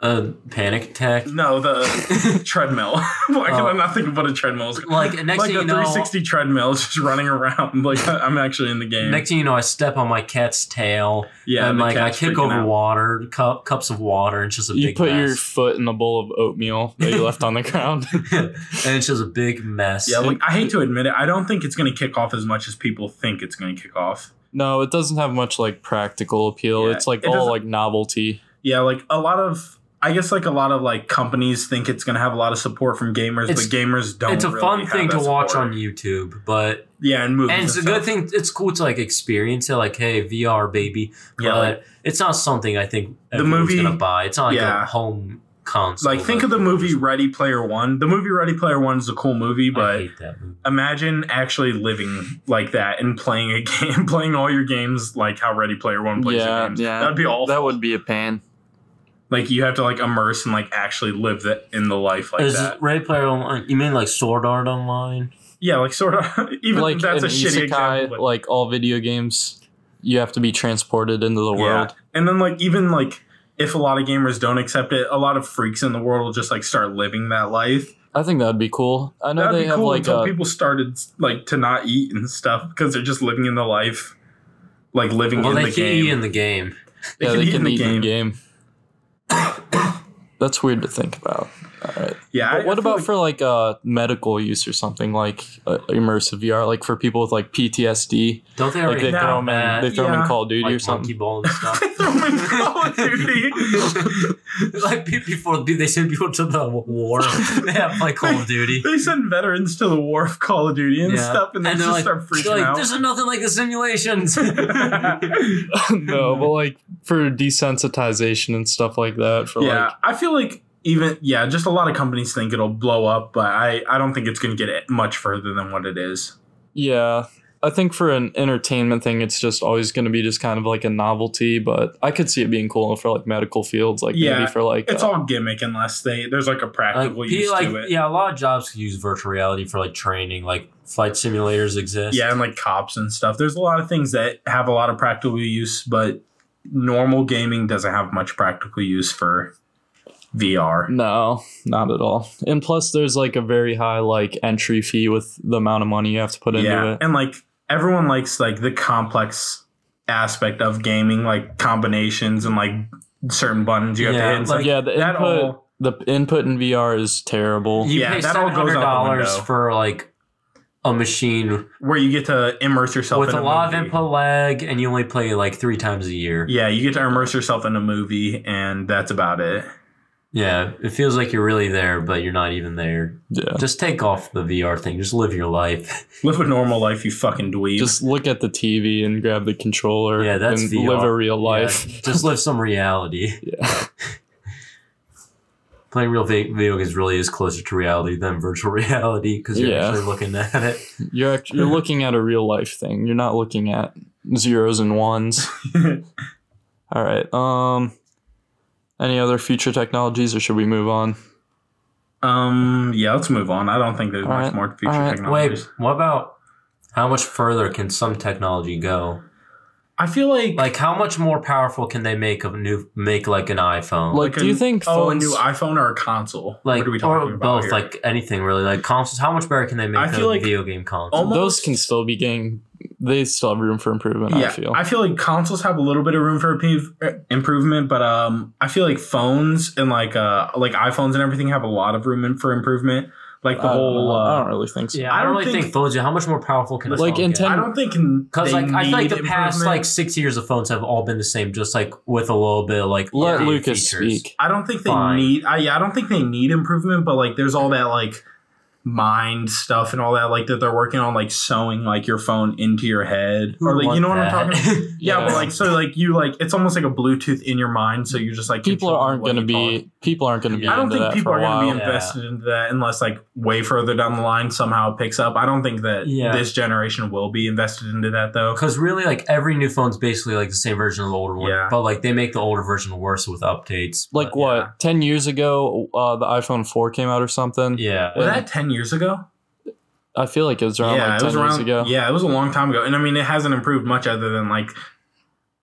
Speaker 4: a panic attack.
Speaker 3: No, the treadmill. Why can
Speaker 4: Oh.
Speaker 3: I not think about a treadmill?
Speaker 4: Like and next
Speaker 3: like
Speaker 4: thing
Speaker 3: a
Speaker 4: you know,
Speaker 3: 360 treadmill, just running around. Like I- I'm actually in the game.
Speaker 4: next thing you know, I step on my cat's tail
Speaker 3: yeah,
Speaker 4: and
Speaker 3: the
Speaker 4: like I
Speaker 3: cat's
Speaker 4: kick
Speaker 3: freaking
Speaker 4: over
Speaker 3: out.
Speaker 4: water cup cups of water. and It's just a
Speaker 2: You
Speaker 4: big
Speaker 2: put your
Speaker 4: mess.
Speaker 2: foot in a bowl of oatmeal that you left on the ground.
Speaker 4: and it's just a big mess.
Speaker 3: Yeah, like I hate to admit it, I don't think it's going to kick off as much as people think it's going to kick off.
Speaker 2: No, it doesn't have much like practical appeal.
Speaker 3: Yeah,
Speaker 2: it's like
Speaker 3: it
Speaker 2: all
Speaker 3: doesn't-
Speaker 2: like novelty.
Speaker 3: Yeah, like a lot of. I guess like a lot of like companies think it's gonna have a lot of support from gamers,
Speaker 4: It's-
Speaker 3: but gamers don't.
Speaker 4: it's a
Speaker 3: really
Speaker 4: fun
Speaker 3: have
Speaker 4: thing
Speaker 3: that
Speaker 4: to watch
Speaker 3: support.
Speaker 4: on YouTube, but
Speaker 3: Yeah, and movies.
Speaker 4: and it's a
Speaker 3: stuff.
Speaker 4: good thing. It's cool to like experience it, like hey VR baby,
Speaker 3: Yeah,
Speaker 4: but
Speaker 3: like-
Speaker 4: it's not something I think
Speaker 3: The
Speaker 4: everyone's
Speaker 3: movie-
Speaker 4: gonna buy. It's not like
Speaker 3: yeah.
Speaker 4: a home console.
Speaker 3: like think
Speaker 4: that
Speaker 3: of the
Speaker 4: people
Speaker 3: movie
Speaker 4: just-
Speaker 3: Ready Player One. The movie Ready Player One is a cool movie,
Speaker 4: I
Speaker 3: but
Speaker 4: hate that movie.
Speaker 3: imagine actually living like that and playing a game, playing all your games like how Ready Player One plays
Speaker 2: Yeah,
Speaker 3: their games.
Speaker 2: yeah.
Speaker 3: That'd be awful.
Speaker 2: That would be a pain.
Speaker 3: like you have to like immerse and like actually live that in the life like
Speaker 4: Is
Speaker 3: that.
Speaker 4: Ready Player Online? You mean like Sword Art Online?
Speaker 3: Yeah, like sort of. Even
Speaker 2: like
Speaker 3: that's a
Speaker 2: an
Speaker 3: shitty
Speaker 2: isekai,
Speaker 3: example. but-
Speaker 2: like all video games, you have to be transported into the
Speaker 3: Yeah.
Speaker 2: world.
Speaker 3: And then like even like if a lot of gamers don't accept it, a lot of freaks in the world will just like start living that life.
Speaker 2: I think that'd be cool. I know
Speaker 3: That'd
Speaker 2: they
Speaker 3: be
Speaker 2: have
Speaker 3: cool
Speaker 2: like uh,
Speaker 3: until
Speaker 2: a
Speaker 3: people started like to not eat and stuff because they're just living in the life, like living
Speaker 4: Well,
Speaker 3: in
Speaker 4: they
Speaker 3: the
Speaker 4: can eat
Speaker 3: game.
Speaker 4: in the game.
Speaker 3: they
Speaker 2: yeah,
Speaker 3: can
Speaker 2: they
Speaker 3: eat in
Speaker 2: can
Speaker 3: the
Speaker 2: eat in
Speaker 3: game.
Speaker 2: game. That's weird to think about. All right.
Speaker 3: yeah.
Speaker 2: But
Speaker 3: I- I
Speaker 2: what
Speaker 3: feel
Speaker 2: about
Speaker 3: like-
Speaker 2: for like uh, medical use or something like uh, immersive VR, like for people with like PTSD,
Speaker 4: Don't they
Speaker 2: like
Speaker 4: already
Speaker 2: they
Speaker 3: now,
Speaker 2: throw
Speaker 4: have
Speaker 2: them in,
Speaker 4: that?
Speaker 2: they throw 'em in
Speaker 3: yeah.
Speaker 2: Call of Duty or
Speaker 4: like monkey
Speaker 2: something.
Speaker 4: ball and stuff.
Speaker 3: They throw 'em in Call of Duty?
Speaker 4: like pe- before they send people to the war, they have like Call of Duty.
Speaker 3: They send veterans to the war of Call of Duty and
Speaker 4: Yeah.
Speaker 3: stuff, and they
Speaker 4: And
Speaker 3: just
Speaker 4: they're like,
Speaker 3: start
Speaker 4: they're
Speaker 3: freaking
Speaker 4: like,
Speaker 3: out.
Speaker 4: there's nothing like the simulations.
Speaker 2: no, but like for desensitization and stuff like that. For
Speaker 3: yeah,
Speaker 2: like,
Speaker 3: I feel like even yeah, just a lot of companies think it'll blow up, but I I don't think it's going to get it much further than what it is.
Speaker 2: yeah, I think for an entertainment thing, it's just always going to be just kind of like a novelty. But I could see it being cool for like medical fields, like
Speaker 3: Yeah,
Speaker 2: maybe for like
Speaker 3: It's
Speaker 2: uh,
Speaker 3: all gimmick unless they there's like a
Speaker 4: like,
Speaker 3: practical
Speaker 4: pe-
Speaker 3: use
Speaker 4: like,
Speaker 3: to it. Yeah.
Speaker 4: yeah, a lot of jobs use virtual reality for like training, like flight simulators exist.
Speaker 3: and like cops and stuff. There's a lot of things that have a lot of practical use, but normal gaming doesn't have much practical use for VR.
Speaker 2: No, not at all. And plus, there's like a very high like entry fee with the amount of money you have to put into
Speaker 3: yeah,
Speaker 2: it.
Speaker 3: and like everyone likes like the complex aspect of gaming, like combinations and like certain buttons you have
Speaker 4: Yeah,
Speaker 3: to hit. And stuff.
Speaker 4: like,
Speaker 2: yeah, the
Speaker 3: that
Speaker 2: input
Speaker 3: all
Speaker 2: the input in VR is terrible.
Speaker 4: You
Speaker 3: Yeah,
Speaker 4: pay
Speaker 3: that all
Speaker 4: seven
Speaker 3: goes
Speaker 4: hundred
Speaker 3: out the
Speaker 4: dollars
Speaker 3: window.
Speaker 4: for like a machine
Speaker 3: where you get to immerse yourself
Speaker 4: with
Speaker 3: in
Speaker 4: a lot of
Speaker 3: movie.
Speaker 4: input lag, and you only play like three times a year.
Speaker 3: Yeah, you get to immerse yourself in a movie, and that's about it.
Speaker 4: Yeah, it feels like you're really there, but you're not even there.
Speaker 2: yeah.
Speaker 4: Just take off the VR thing. Just live your life.
Speaker 3: Live a normal life, you fucking dweeb.
Speaker 2: Just look at the TV and grab the controller
Speaker 4: Yeah, that's
Speaker 2: and
Speaker 4: VR.
Speaker 2: live a real life.
Speaker 4: Yeah, just live some reality.
Speaker 2: Yeah.
Speaker 4: Playing real vi- video games really is closer to reality than virtual reality because you're
Speaker 2: Yeah.
Speaker 4: actually looking at it.
Speaker 2: You're act- you're looking at a real life thing. You're not looking at zeros and ones. All right. Um any other future technologies or should we move on?
Speaker 3: um, yeah, let's move on. I don't think there's
Speaker 2: All
Speaker 3: much
Speaker 2: right,
Speaker 3: more future
Speaker 2: all right.
Speaker 4: Wait,
Speaker 3: technologies.
Speaker 4: what about how much further can some technology go?
Speaker 3: I feel like
Speaker 4: Like, how much more powerful can they make a new make like an iPhone?
Speaker 2: Like, do you
Speaker 3: an-
Speaker 2: think
Speaker 3: oh a new
Speaker 2: phones-
Speaker 3: iPhone or a console?
Speaker 4: like
Speaker 3: what are we
Speaker 4: or
Speaker 3: talking about
Speaker 4: both,
Speaker 3: here?
Speaker 4: like anything really, like consoles. How much better can they make
Speaker 3: I
Speaker 4: a
Speaker 3: feel like
Speaker 4: video game console?
Speaker 3: almost-
Speaker 2: Those can still be getting they still have room for improvement,
Speaker 3: yeah,
Speaker 2: I feel.
Speaker 3: like consoles have a little bit of room for improve- improvement, but um, I feel like phones and like uh, like iPhones and everything have a lot of room in- for improvement. Like the
Speaker 2: I don't
Speaker 3: whole,
Speaker 2: know. I
Speaker 3: uh,
Speaker 2: don't really think so.
Speaker 4: yeah, I don't, really think, phones. How much more powerful can a
Speaker 2: Like
Speaker 4: phone
Speaker 2: in
Speaker 4: get?
Speaker 2: ten-
Speaker 3: I don't think because
Speaker 4: Because like I feel like the past like six years of phones have all been the same, just like with a little bit of like
Speaker 2: Let
Speaker 4: updated
Speaker 2: Lucas
Speaker 4: features.
Speaker 2: speak.
Speaker 3: I don't think they
Speaker 4: Fine.
Speaker 3: need. I yeah, I don't think they need improvement, but like there's all that like mind stuff and all that like that they're working on like sewing like your phone into your head
Speaker 4: Who
Speaker 3: or like you
Speaker 4: want
Speaker 3: know what I'm
Speaker 4: that?
Speaker 3: talking about. Yeah, but
Speaker 2: Yeah.
Speaker 3: like so like you like it's almost like a Bluetooth in your mind, so you're just like
Speaker 2: People
Speaker 3: controlling
Speaker 2: aren't
Speaker 3: what
Speaker 2: going to
Speaker 3: you call it.
Speaker 2: be people aren't going to be
Speaker 4: I
Speaker 3: I don't
Speaker 2: into
Speaker 3: think
Speaker 2: that
Speaker 3: people
Speaker 2: for
Speaker 3: are
Speaker 2: a
Speaker 3: going to
Speaker 2: while.
Speaker 3: be
Speaker 4: Yeah.
Speaker 3: invested into that unless like way further down the line somehow it picks up. I don't think that
Speaker 4: Yeah.
Speaker 3: this generation will be invested into that though.
Speaker 4: Because really, like every new phone's basically like the same version of the older one,
Speaker 3: Yeah.
Speaker 4: but like they make the older version worse with updates.
Speaker 2: like
Speaker 4: But,
Speaker 2: what?
Speaker 3: yeah.
Speaker 2: 10 years ago uh, the iPhone 4 came out or something.
Speaker 4: Yeah,
Speaker 3: Was that ten years ago?
Speaker 2: I feel like it was around like 10 years ago.
Speaker 3: Yeah, it was a long time ago, and I mean it hasn't improved much other than like,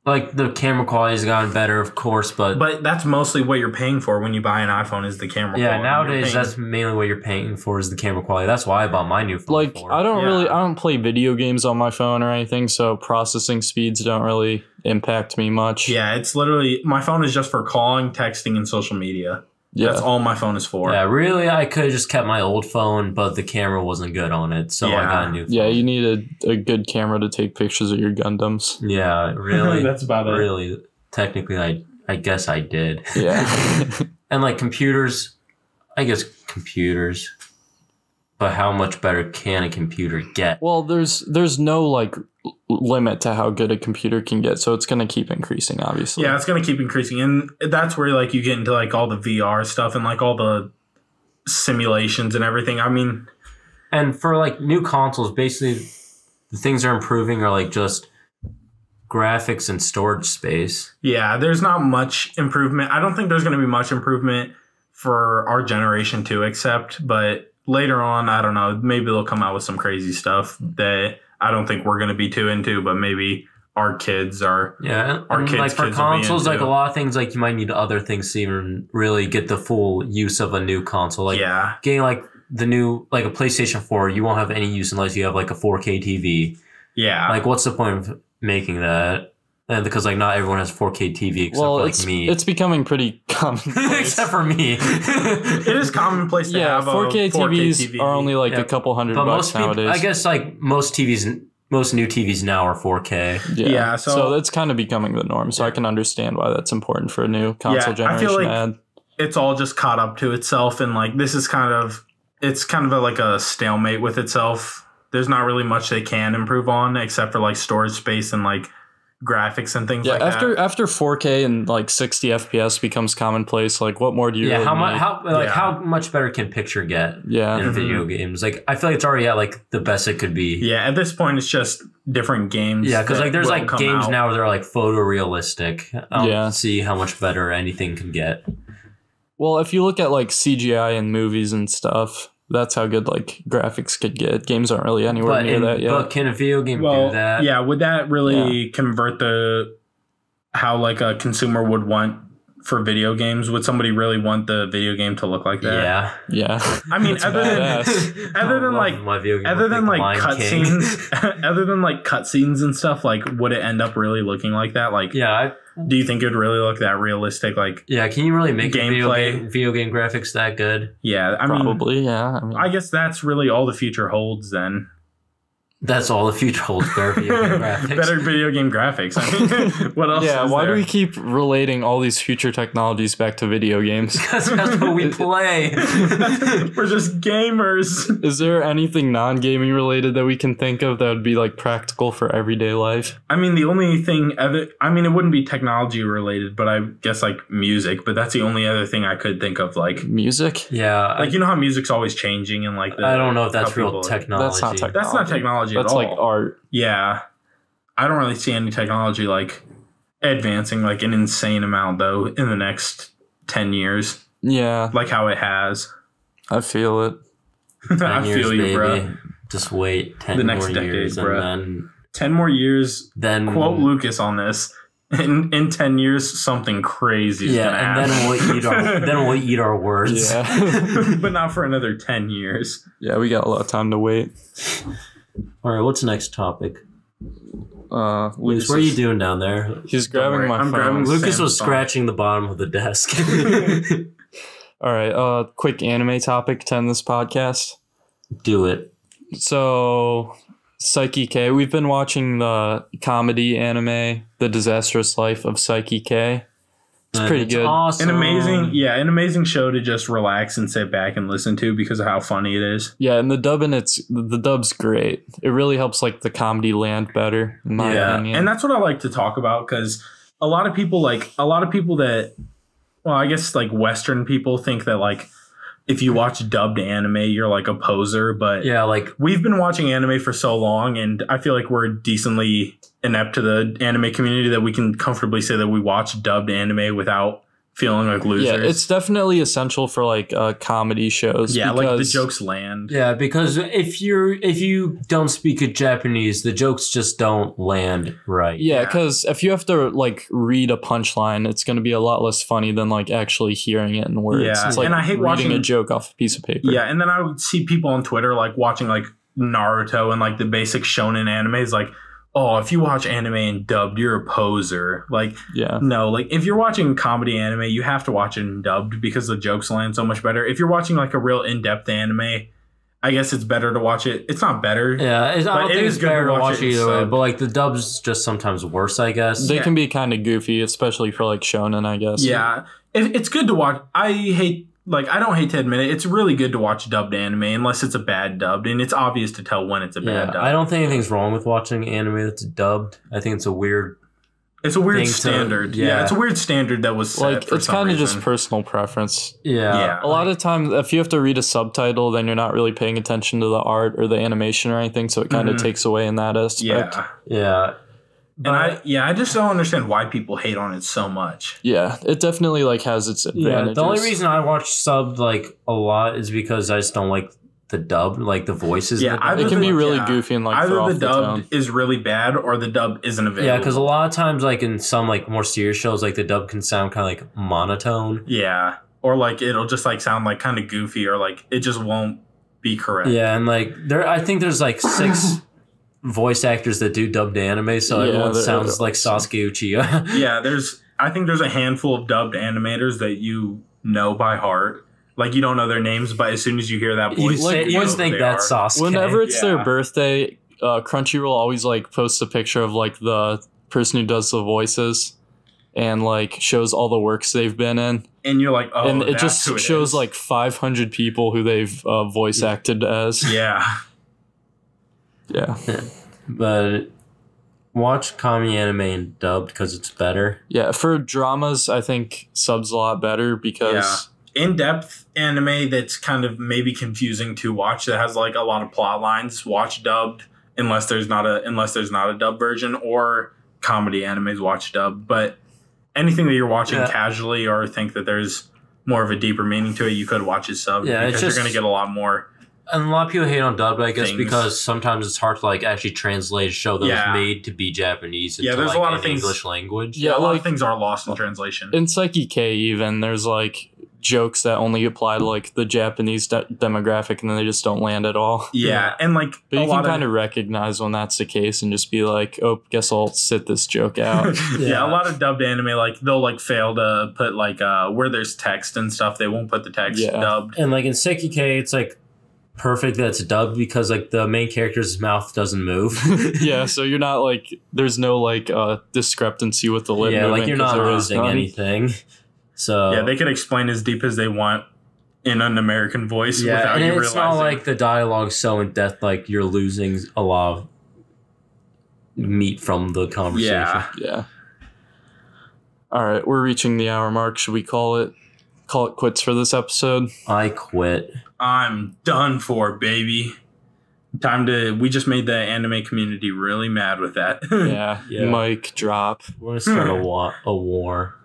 Speaker 4: like the camera quality's gotten better, of course, but,
Speaker 3: but that's mostly what you're paying for when you buy an iPhone is the camera.
Speaker 4: yeah,
Speaker 3: quality.
Speaker 4: nowadays
Speaker 3: You're paying-
Speaker 4: that's mainly what you're paying for is the camera quality. That's why I bought my new phone.
Speaker 2: Like
Speaker 4: for.
Speaker 2: I don't
Speaker 3: Yeah.
Speaker 2: really I don't play video games on my phone or anything, so processing speeds don't really impact me much.
Speaker 3: yeah, it's literally my phone is just for calling, texting, and social media.
Speaker 2: Yeah.
Speaker 3: That's all my phone is for.
Speaker 4: Yeah, really, I could have just kept my old phone, but the camera wasn't good on it, so I
Speaker 3: Yeah.
Speaker 4: got a new. Phone.
Speaker 2: Yeah, you need a, a good camera to take pictures of your Gundams.
Speaker 4: yeah, really.
Speaker 3: that's about it.
Speaker 4: really technically i i guess i did
Speaker 2: Yeah.
Speaker 4: and like computers i guess computers but how much better can a computer get
Speaker 2: well, there's there's no like l- limit to how good a computer can get, so it's going to keep increasing obviously.
Speaker 3: Yeah, it's gonna keep increasing, and that's where like you get into like all the VR stuff and like all the simulations and everything. I mean,
Speaker 4: and for like new consoles basically the things that are improving are like just graphics and storage space
Speaker 3: yeah, there's not much improvement. I don't think there's gonna be much improvement for our generation to accept, but later on, I don't know, maybe they'll come out with some crazy stuff that I don't think we're gonna be too into, but maybe our kids are.
Speaker 4: yeah and,
Speaker 3: Our kids'
Speaker 4: like for
Speaker 3: kids will be
Speaker 4: consoles like a
Speaker 3: into-
Speaker 4: lot of things like you might need other things to even really get the full use of a new console like
Speaker 3: yeah,
Speaker 4: getting like the new like a playstation 4 you won't have any use unless you have like a 4k tv
Speaker 2: Ah.
Speaker 3: yeah.
Speaker 4: like what's the point of making that and because like not everyone has 4k tv except
Speaker 2: well,
Speaker 4: for, like
Speaker 2: it's
Speaker 4: me
Speaker 2: it's becoming pretty common.
Speaker 4: except for me
Speaker 3: it is commonplace to
Speaker 2: yeah,
Speaker 3: have
Speaker 2: 4K,
Speaker 3: a 4K
Speaker 2: TVs
Speaker 3: TV.
Speaker 2: are only like
Speaker 4: Yeah.
Speaker 2: a couple hundred
Speaker 4: but
Speaker 2: bucks
Speaker 4: most people,
Speaker 2: nowadays.
Speaker 4: i guess like most tvs most new tvs now are 4k
Speaker 2: Yeah.
Speaker 3: Yeah, so-
Speaker 2: so, that's kind of becoming the norm. So I can understand why that's important for a new console
Speaker 3: Yeah, I
Speaker 2: generation
Speaker 3: feel like-
Speaker 2: ad.
Speaker 3: it's all just caught up to itself and like this is kind of it's kind of a, like a stalemate with itself there's not really much they can improve on except for like storage space and like graphics and things
Speaker 2: Yeah,
Speaker 3: like
Speaker 2: after
Speaker 3: that
Speaker 2: after 4K and like 60 FPS becomes commonplace, like what more do you?
Speaker 4: yeah
Speaker 2: really
Speaker 4: how much
Speaker 2: need?
Speaker 4: how like
Speaker 3: Yeah. Mm-hmm.
Speaker 4: how much better can picture get
Speaker 2: yeah,
Speaker 4: in video games like i feel like it's already at like the best it could be
Speaker 3: yeah at this point it's just different games
Speaker 4: yeah because
Speaker 3: that
Speaker 4: like there's
Speaker 3: will
Speaker 4: like
Speaker 3: come
Speaker 4: games
Speaker 3: out.
Speaker 4: now that are like photorealistic i don't
Speaker 2: Yeah.
Speaker 4: see how much better anything can get
Speaker 2: Well, if you look at like CGI in movies and stuff, that's how good like graphics could get. Games aren't really anywhere
Speaker 4: but,
Speaker 2: near
Speaker 4: in-
Speaker 2: that yet.
Speaker 4: but can a video game
Speaker 3: well
Speaker 4: do that
Speaker 3: yeah would that really convert the how like a consumer would want for video games, would somebody really want the video game to look like that?
Speaker 4: Yeah.
Speaker 2: Yeah.
Speaker 3: I mean,
Speaker 2: That's
Speaker 3: other than
Speaker 2: badass.
Speaker 3: Other
Speaker 4: I
Speaker 3: than,
Speaker 4: love
Speaker 3: like-
Speaker 4: my video game
Speaker 3: other
Speaker 4: with,
Speaker 3: than
Speaker 4: the
Speaker 3: like
Speaker 4: Lion King.
Speaker 3: cutscenes, other than like cutscenes and stuff, like would it end up really looking like that? Like,
Speaker 4: yeah, I,
Speaker 3: do you think it would really look that realistic? Like,
Speaker 4: yeah. Can you really make video
Speaker 3: Gameplay.
Speaker 4: game, video game graphics that good?
Speaker 3: yeah, I mean,
Speaker 2: Probably, yeah. I mean,
Speaker 3: I guess that's really all the future holds then.
Speaker 4: That's all the future holds for video game graphics.
Speaker 3: Better video game graphics. I mean, what else?
Speaker 2: yeah,
Speaker 3: is
Speaker 2: why
Speaker 3: there?
Speaker 2: do we keep relating all these future technologies back to video games?
Speaker 4: Because that's what we play.
Speaker 3: We're just gamers.
Speaker 2: Is there anything non gaming related that we can think of that would be like practical for everyday life?
Speaker 3: I mean, the only thing other, I mean, it wouldn't be technology related, but I guess like music. But that's the only other thing I could think of. Like,
Speaker 2: Music?
Speaker 4: yeah,
Speaker 3: like you know how music's always changing and like the,
Speaker 4: I, I don't know if
Speaker 3: how
Speaker 4: that's real
Speaker 3: people-
Speaker 4: technology.
Speaker 2: That's not tech-
Speaker 3: That's not technology
Speaker 2: That's
Speaker 3: at all.
Speaker 2: like art.
Speaker 3: Yeah. I don't really see any technology like advancing like an insane amount though in the next 10 years,
Speaker 2: Yeah,
Speaker 3: like how it has.
Speaker 2: I feel it.
Speaker 3: I
Speaker 4: Ten years,
Speaker 3: feel you,
Speaker 4: baby.
Speaker 3: bro.
Speaker 4: Just wait ten
Speaker 3: The next
Speaker 4: more
Speaker 3: decade,
Speaker 4: years,
Speaker 3: bruh.
Speaker 4: and
Speaker 3: 10 more years,
Speaker 4: then then
Speaker 3: quote Lucas on this. In, in 10 years, something crazy is
Speaker 4: yeah,
Speaker 3: gonna
Speaker 4: and then
Speaker 3: happen.
Speaker 4: we'll eat our then we'll eat our words.
Speaker 2: Yeah.
Speaker 3: but not for another 10 years.
Speaker 2: yeah, we got a lot of time to wait.
Speaker 4: All right, what's the next topic?
Speaker 2: Uh,
Speaker 4: Lucas, what are
Speaker 2: is-
Speaker 4: you doing down there?
Speaker 2: He's
Speaker 3: worry,
Speaker 2: grabbing my phone.
Speaker 3: I'm grabbing-
Speaker 4: Lucas was
Speaker 3: Samsung.
Speaker 4: scratching the bottom of the desk.
Speaker 2: All right, uh, quick anime topic to end this podcast.
Speaker 4: Do it.
Speaker 2: So, Psyche K, we've been watching the comedy anime, The Disastrous Life of Psyche K. It's
Speaker 4: And
Speaker 2: pretty good.
Speaker 4: Awesome.
Speaker 3: An amazing, yeah, an amazing show to just relax and sit back and listen to because of how funny it is.
Speaker 2: Yeah, and the dub and it's the dub's great. It really helps like the comedy land better, in my
Speaker 3: yeah
Speaker 2: opinion.
Speaker 3: and that's what i like to talk about because a lot of people like a lot of people that well i guess like western people think that like if you watch dubbed anime you're like a poser but
Speaker 4: Yeah, like
Speaker 3: we've been watching anime for so long and i feel like we're decently inept to the anime community that we can comfortably say that we watch dubbed anime without feeling like losers
Speaker 2: yeah, it's definitely essential for like uh, comedy shows.
Speaker 3: yeah like the
Speaker 2: because-
Speaker 3: jokes land
Speaker 4: yeah, because if you're if you don't speak good Japanese, the jokes just don't land right.
Speaker 2: Yeah,
Speaker 3: Yeah.
Speaker 2: because if you have to like read a punchline, it's going to be a lot less funny than like actually hearing it in words.
Speaker 3: Yeah,
Speaker 2: it's like
Speaker 3: and I hate
Speaker 2: reading
Speaker 3: watching-
Speaker 2: a joke off a piece of paper.
Speaker 3: Yeah, and then I would see people on Twitter like watching like Naruto and like the basic shonen animes like Oh, if you watch anime and dubbed, you're a poser. Like,
Speaker 2: yeah,
Speaker 3: no, like if you're watching comedy anime, you have to watch it in dubbed because the jokes land so much better. If you're watching like a real in-depth anime, I guess it's better to watch it. It's not better.
Speaker 4: Yeah, it's, I
Speaker 3: But
Speaker 4: don't
Speaker 3: it
Speaker 4: think
Speaker 3: is
Speaker 4: it's
Speaker 3: good to
Speaker 4: better to
Speaker 3: watch
Speaker 4: watch
Speaker 3: it
Speaker 4: either way,
Speaker 3: subbed.
Speaker 4: but like the dub's just sometimes worse, I guess.
Speaker 2: they
Speaker 3: Yeah.
Speaker 2: can be kind of goofy, especially for like shonen, I guess.
Speaker 3: Yeah, it, it's good to watch. I hate like I don't hate to admit it. It's really good to watch dubbed anime unless it's a bad dubbed, and it's obvious to tell when it's a
Speaker 4: yeah,
Speaker 3: bad dubbed.
Speaker 4: I don't think anything's wrong with watching anime that's dubbed. I think it's a weird.
Speaker 3: It's a weird
Speaker 4: thing to-
Speaker 3: standard. yeah.
Speaker 4: yeah.
Speaker 3: it's a weird standard that was set
Speaker 2: like
Speaker 3: for
Speaker 2: it's
Speaker 3: kind of
Speaker 2: just personal preference.
Speaker 4: Yeah,
Speaker 3: yeah.
Speaker 2: A lot of times, if you have to read a subtitle, then you're not really paying attention to the art or the animation or anything, so it kind of
Speaker 3: Mhm.
Speaker 2: takes away in that aspect.
Speaker 3: yeah,
Speaker 4: yeah.
Speaker 3: and I yeah I just don't understand why people hate on it so much.
Speaker 2: Yeah, it definitely like has its advantages.
Speaker 4: Yeah, the only reason I watch subbed like a lot is because I just don't like the dub, like the voices. in
Speaker 3: Yeah,
Speaker 4: the
Speaker 3: I
Speaker 4: dub.
Speaker 2: it
Speaker 3: Other
Speaker 2: can be
Speaker 3: than-
Speaker 2: really
Speaker 3: yeah.
Speaker 2: goofy and like throw
Speaker 3: Either
Speaker 2: off
Speaker 3: the
Speaker 2: the tone.
Speaker 3: dub is really bad or the dub isn't available.
Speaker 4: yeah, because a lot of times, like in some like more serious shows, like the dub can sound kind of like monotone.
Speaker 3: yeah, or like it'll just like sound like kind of goofy or like it just won't be correct.
Speaker 4: Yeah, and like there, I think there's like six voice actors that do dubbed anime, so
Speaker 2: Yeah,
Speaker 4: everyone
Speaker 2: they're-
Speaker 3: uh,
Speaker 4: sounds like Sasuke Uchiha.
Speaker 3: Yeah, there's I think there's a handful of dubbed animators that you know by heart. Like you don't know their names, but as soon as you hear that
Speaker 4: you
Speaker 3: voice,
Speaker 4: just,
Speaker 2: say-
Speaker 3: you
Speaker 2: you
Speaker 3: know
Speaker 2: just
Speaker 3: who
Speaker 4: think
Speaker 3: they
Speaker 4: that's
Speaker 3: are.
Speaker 4: Sasuke.
Speaker 2: Whenever it's their
Speaker 3: Yeah.
Speaker 2: birthday, uh, Crunchyroll always like posts a picture of like the person who does the voices, and like shows all the works they've been in,
Speaker 3: and you're like, oh,
Speaker 2: and it
Speaker 3: that's
Speaker 2: just
Speaker 3: who
Speaker 2: shows
Speaker 3: is.
Speaker 2: like 500 people who they've uh, voice acted as.
Speaker 3: yeah.
Speaker 2: Yeah,
Speaker 4: but watch Kami anime and dubbed because it's better.
Speaker 2: yeah. For dramas, I think subs a lot better because
Speaker 3: in-depth anime that's kind of maybe confusing to watch that has like a lot of plot lines watch dubbed unless there's not a unless there's not a dub version or comedy animes watch dubbed but anything that you're watching
Speaker 4: Yeah.
Speaker 3: casually or think that there's more of a deeper meaning to it you could watch it sub
Speaker 4: Yeah, it's
Speaker 3: because
Speaker 4: just-
Speaker 3: you're going to get a lot more
Speaker 4: and a lot of people hate on dubbed, I guess,
Speaker 3: Things.
Speaker 4: because sometimes it's hard to like actually translate a show that
Speaker 3: Yeah.
Speaker 4: was made to be Japanese into
Speaker 3: Yeah, there's a
Speaker 4: like,
Speaker 3: lot of
Speaker 4: an
Speaker 3: things-
Speaker 4: English language.
Speaker 2: Yeah,
Speaker 3: a lot
Speaker 2: like
Speaker 3: of things are lost in translation.
Speaker 2: in Psyche K, even there's like jokes that only apply to like the Japanese de- demographic, and then they just don't land at all.
Speaker 3: yeah, and like
Speaker 2: But
Speaker 3: a
Speaker 2: you can
Speaker 3: lot
Speaker 2: kind of recognize when that's the case and just be like, "Oh, guess I'll sit this joke out."
Speaker 3: yeah.
Speaker 4: Yeah.
Speaker 3: a lot of dubbed anime like they'll like fail to put like uh where there's text and stuff they won't put the text
Speaker 2: Yeah.
Speaker 3: dubbed
Speaker 4: And like in Seki K, it's like perfect that it's dubbed because like the main character's mouth doesn't move.
Speaker 2: yeah, so you're not like there's no like uh discrepancy with the lip
Speaker 4: yeah,
Speaker 2: movement.
Speaker 4: like you're
Speaker 2: 'cause
Speaker 4: not
Speaker 2: there is
Speaker 4: losing
Speaker 2: none.
Speaker 4: anything. So
Speaker 3: yeah they can explain as deep as they want in an american voice
Speaker 4: Yeah,
Speaker 3: without
Speaker 4: and
Speaker 3: you
Speaker 4: it's
Speaker 3: realizing
Speaker 4: not like the dialogue's so in depth, like you're losing a lot of meat from the conversation.
Speaker 3: yeah
Speaker 2: Yeah. All right, we're reaching the hour mark. Should we call it call it quits for this episode?
Speaker 4: I quit.
Speaker 3: i'm done for baby time to we just made the anime community really mad with that
Speaker 2: Yeah.
Speaker 4: Yeah.
Speaker 2: Mic drop.
Speaker 4: We're gonna start
Speaker 3: Hmm.
Speaker 4: a, wa- a war.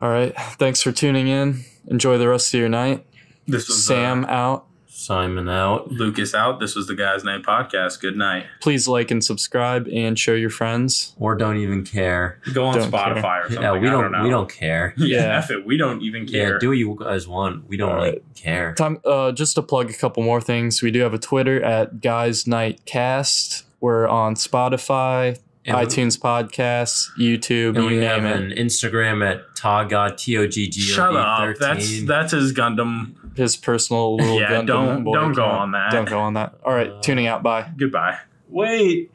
Speaker 2: All right. Thanks for tuning in. Enjoy the rest of your night.
Speaker 3: this was uh,
Speaker 2: Sam out.
Speaker 4: Simon out.
Speaker 3: lucas out this was the guys night podcast good night
Speaker 2: Please like and subscribe and show your friends.
Speaker 4: Or don't even care.
Speaker 3: go on
Speaker 2: Don't
Speaker 3: spotify
Speaker 2: care.
Speaker 3: or something
Speaker 4: Yeah, we
Speaker 3: I
Speaker 4: don't,
Speaker 3: know.
Speaker 4: we don't care.
Speaker 3: yeah,
Speaker 2: Yeah.
Speaker 3: F it. we don't even care
Speaker 4: Yeah, do what you guys want. We don't
Speaker 2: All
Speaker 4: really
Speaker 2: right.
Speaker 4: care.
Speaker 2: Time uh just to plug a couple more things. We do have a Twitter at Guys Night Cast. We're on Spotify,
Speaker 4: And we-
Speaker 2: iTunes Podcasts, YouTube,
Speaker 4: and
Speaker 2: you
Speaker 4: we have
Speaker 2: name it.
Speaker 4: an Instagram at Toggod T O G G
Speaker 3: Shut
Speaker 4: O
Speaker 3: up.
Speaker 4: D
Speaker 3: That's
Speaker 4: thirteen.
Speaker 3: that's his Gundam.
Speaker 2: His personal little
Speaker 3: Yeah,
Speaker 2: Gundam
Speaker 3: don't-
Speaker 2: boy
Speaker 3: don't go
Speaker 2: account.
Speaker 3: on that.
Speaker 2: Don't go on that. All right,
Speaker 4: Uh,
Speaker 2: tuning out. Bye.
Speaker 3: Goodbye.
Speaker 4: Wait.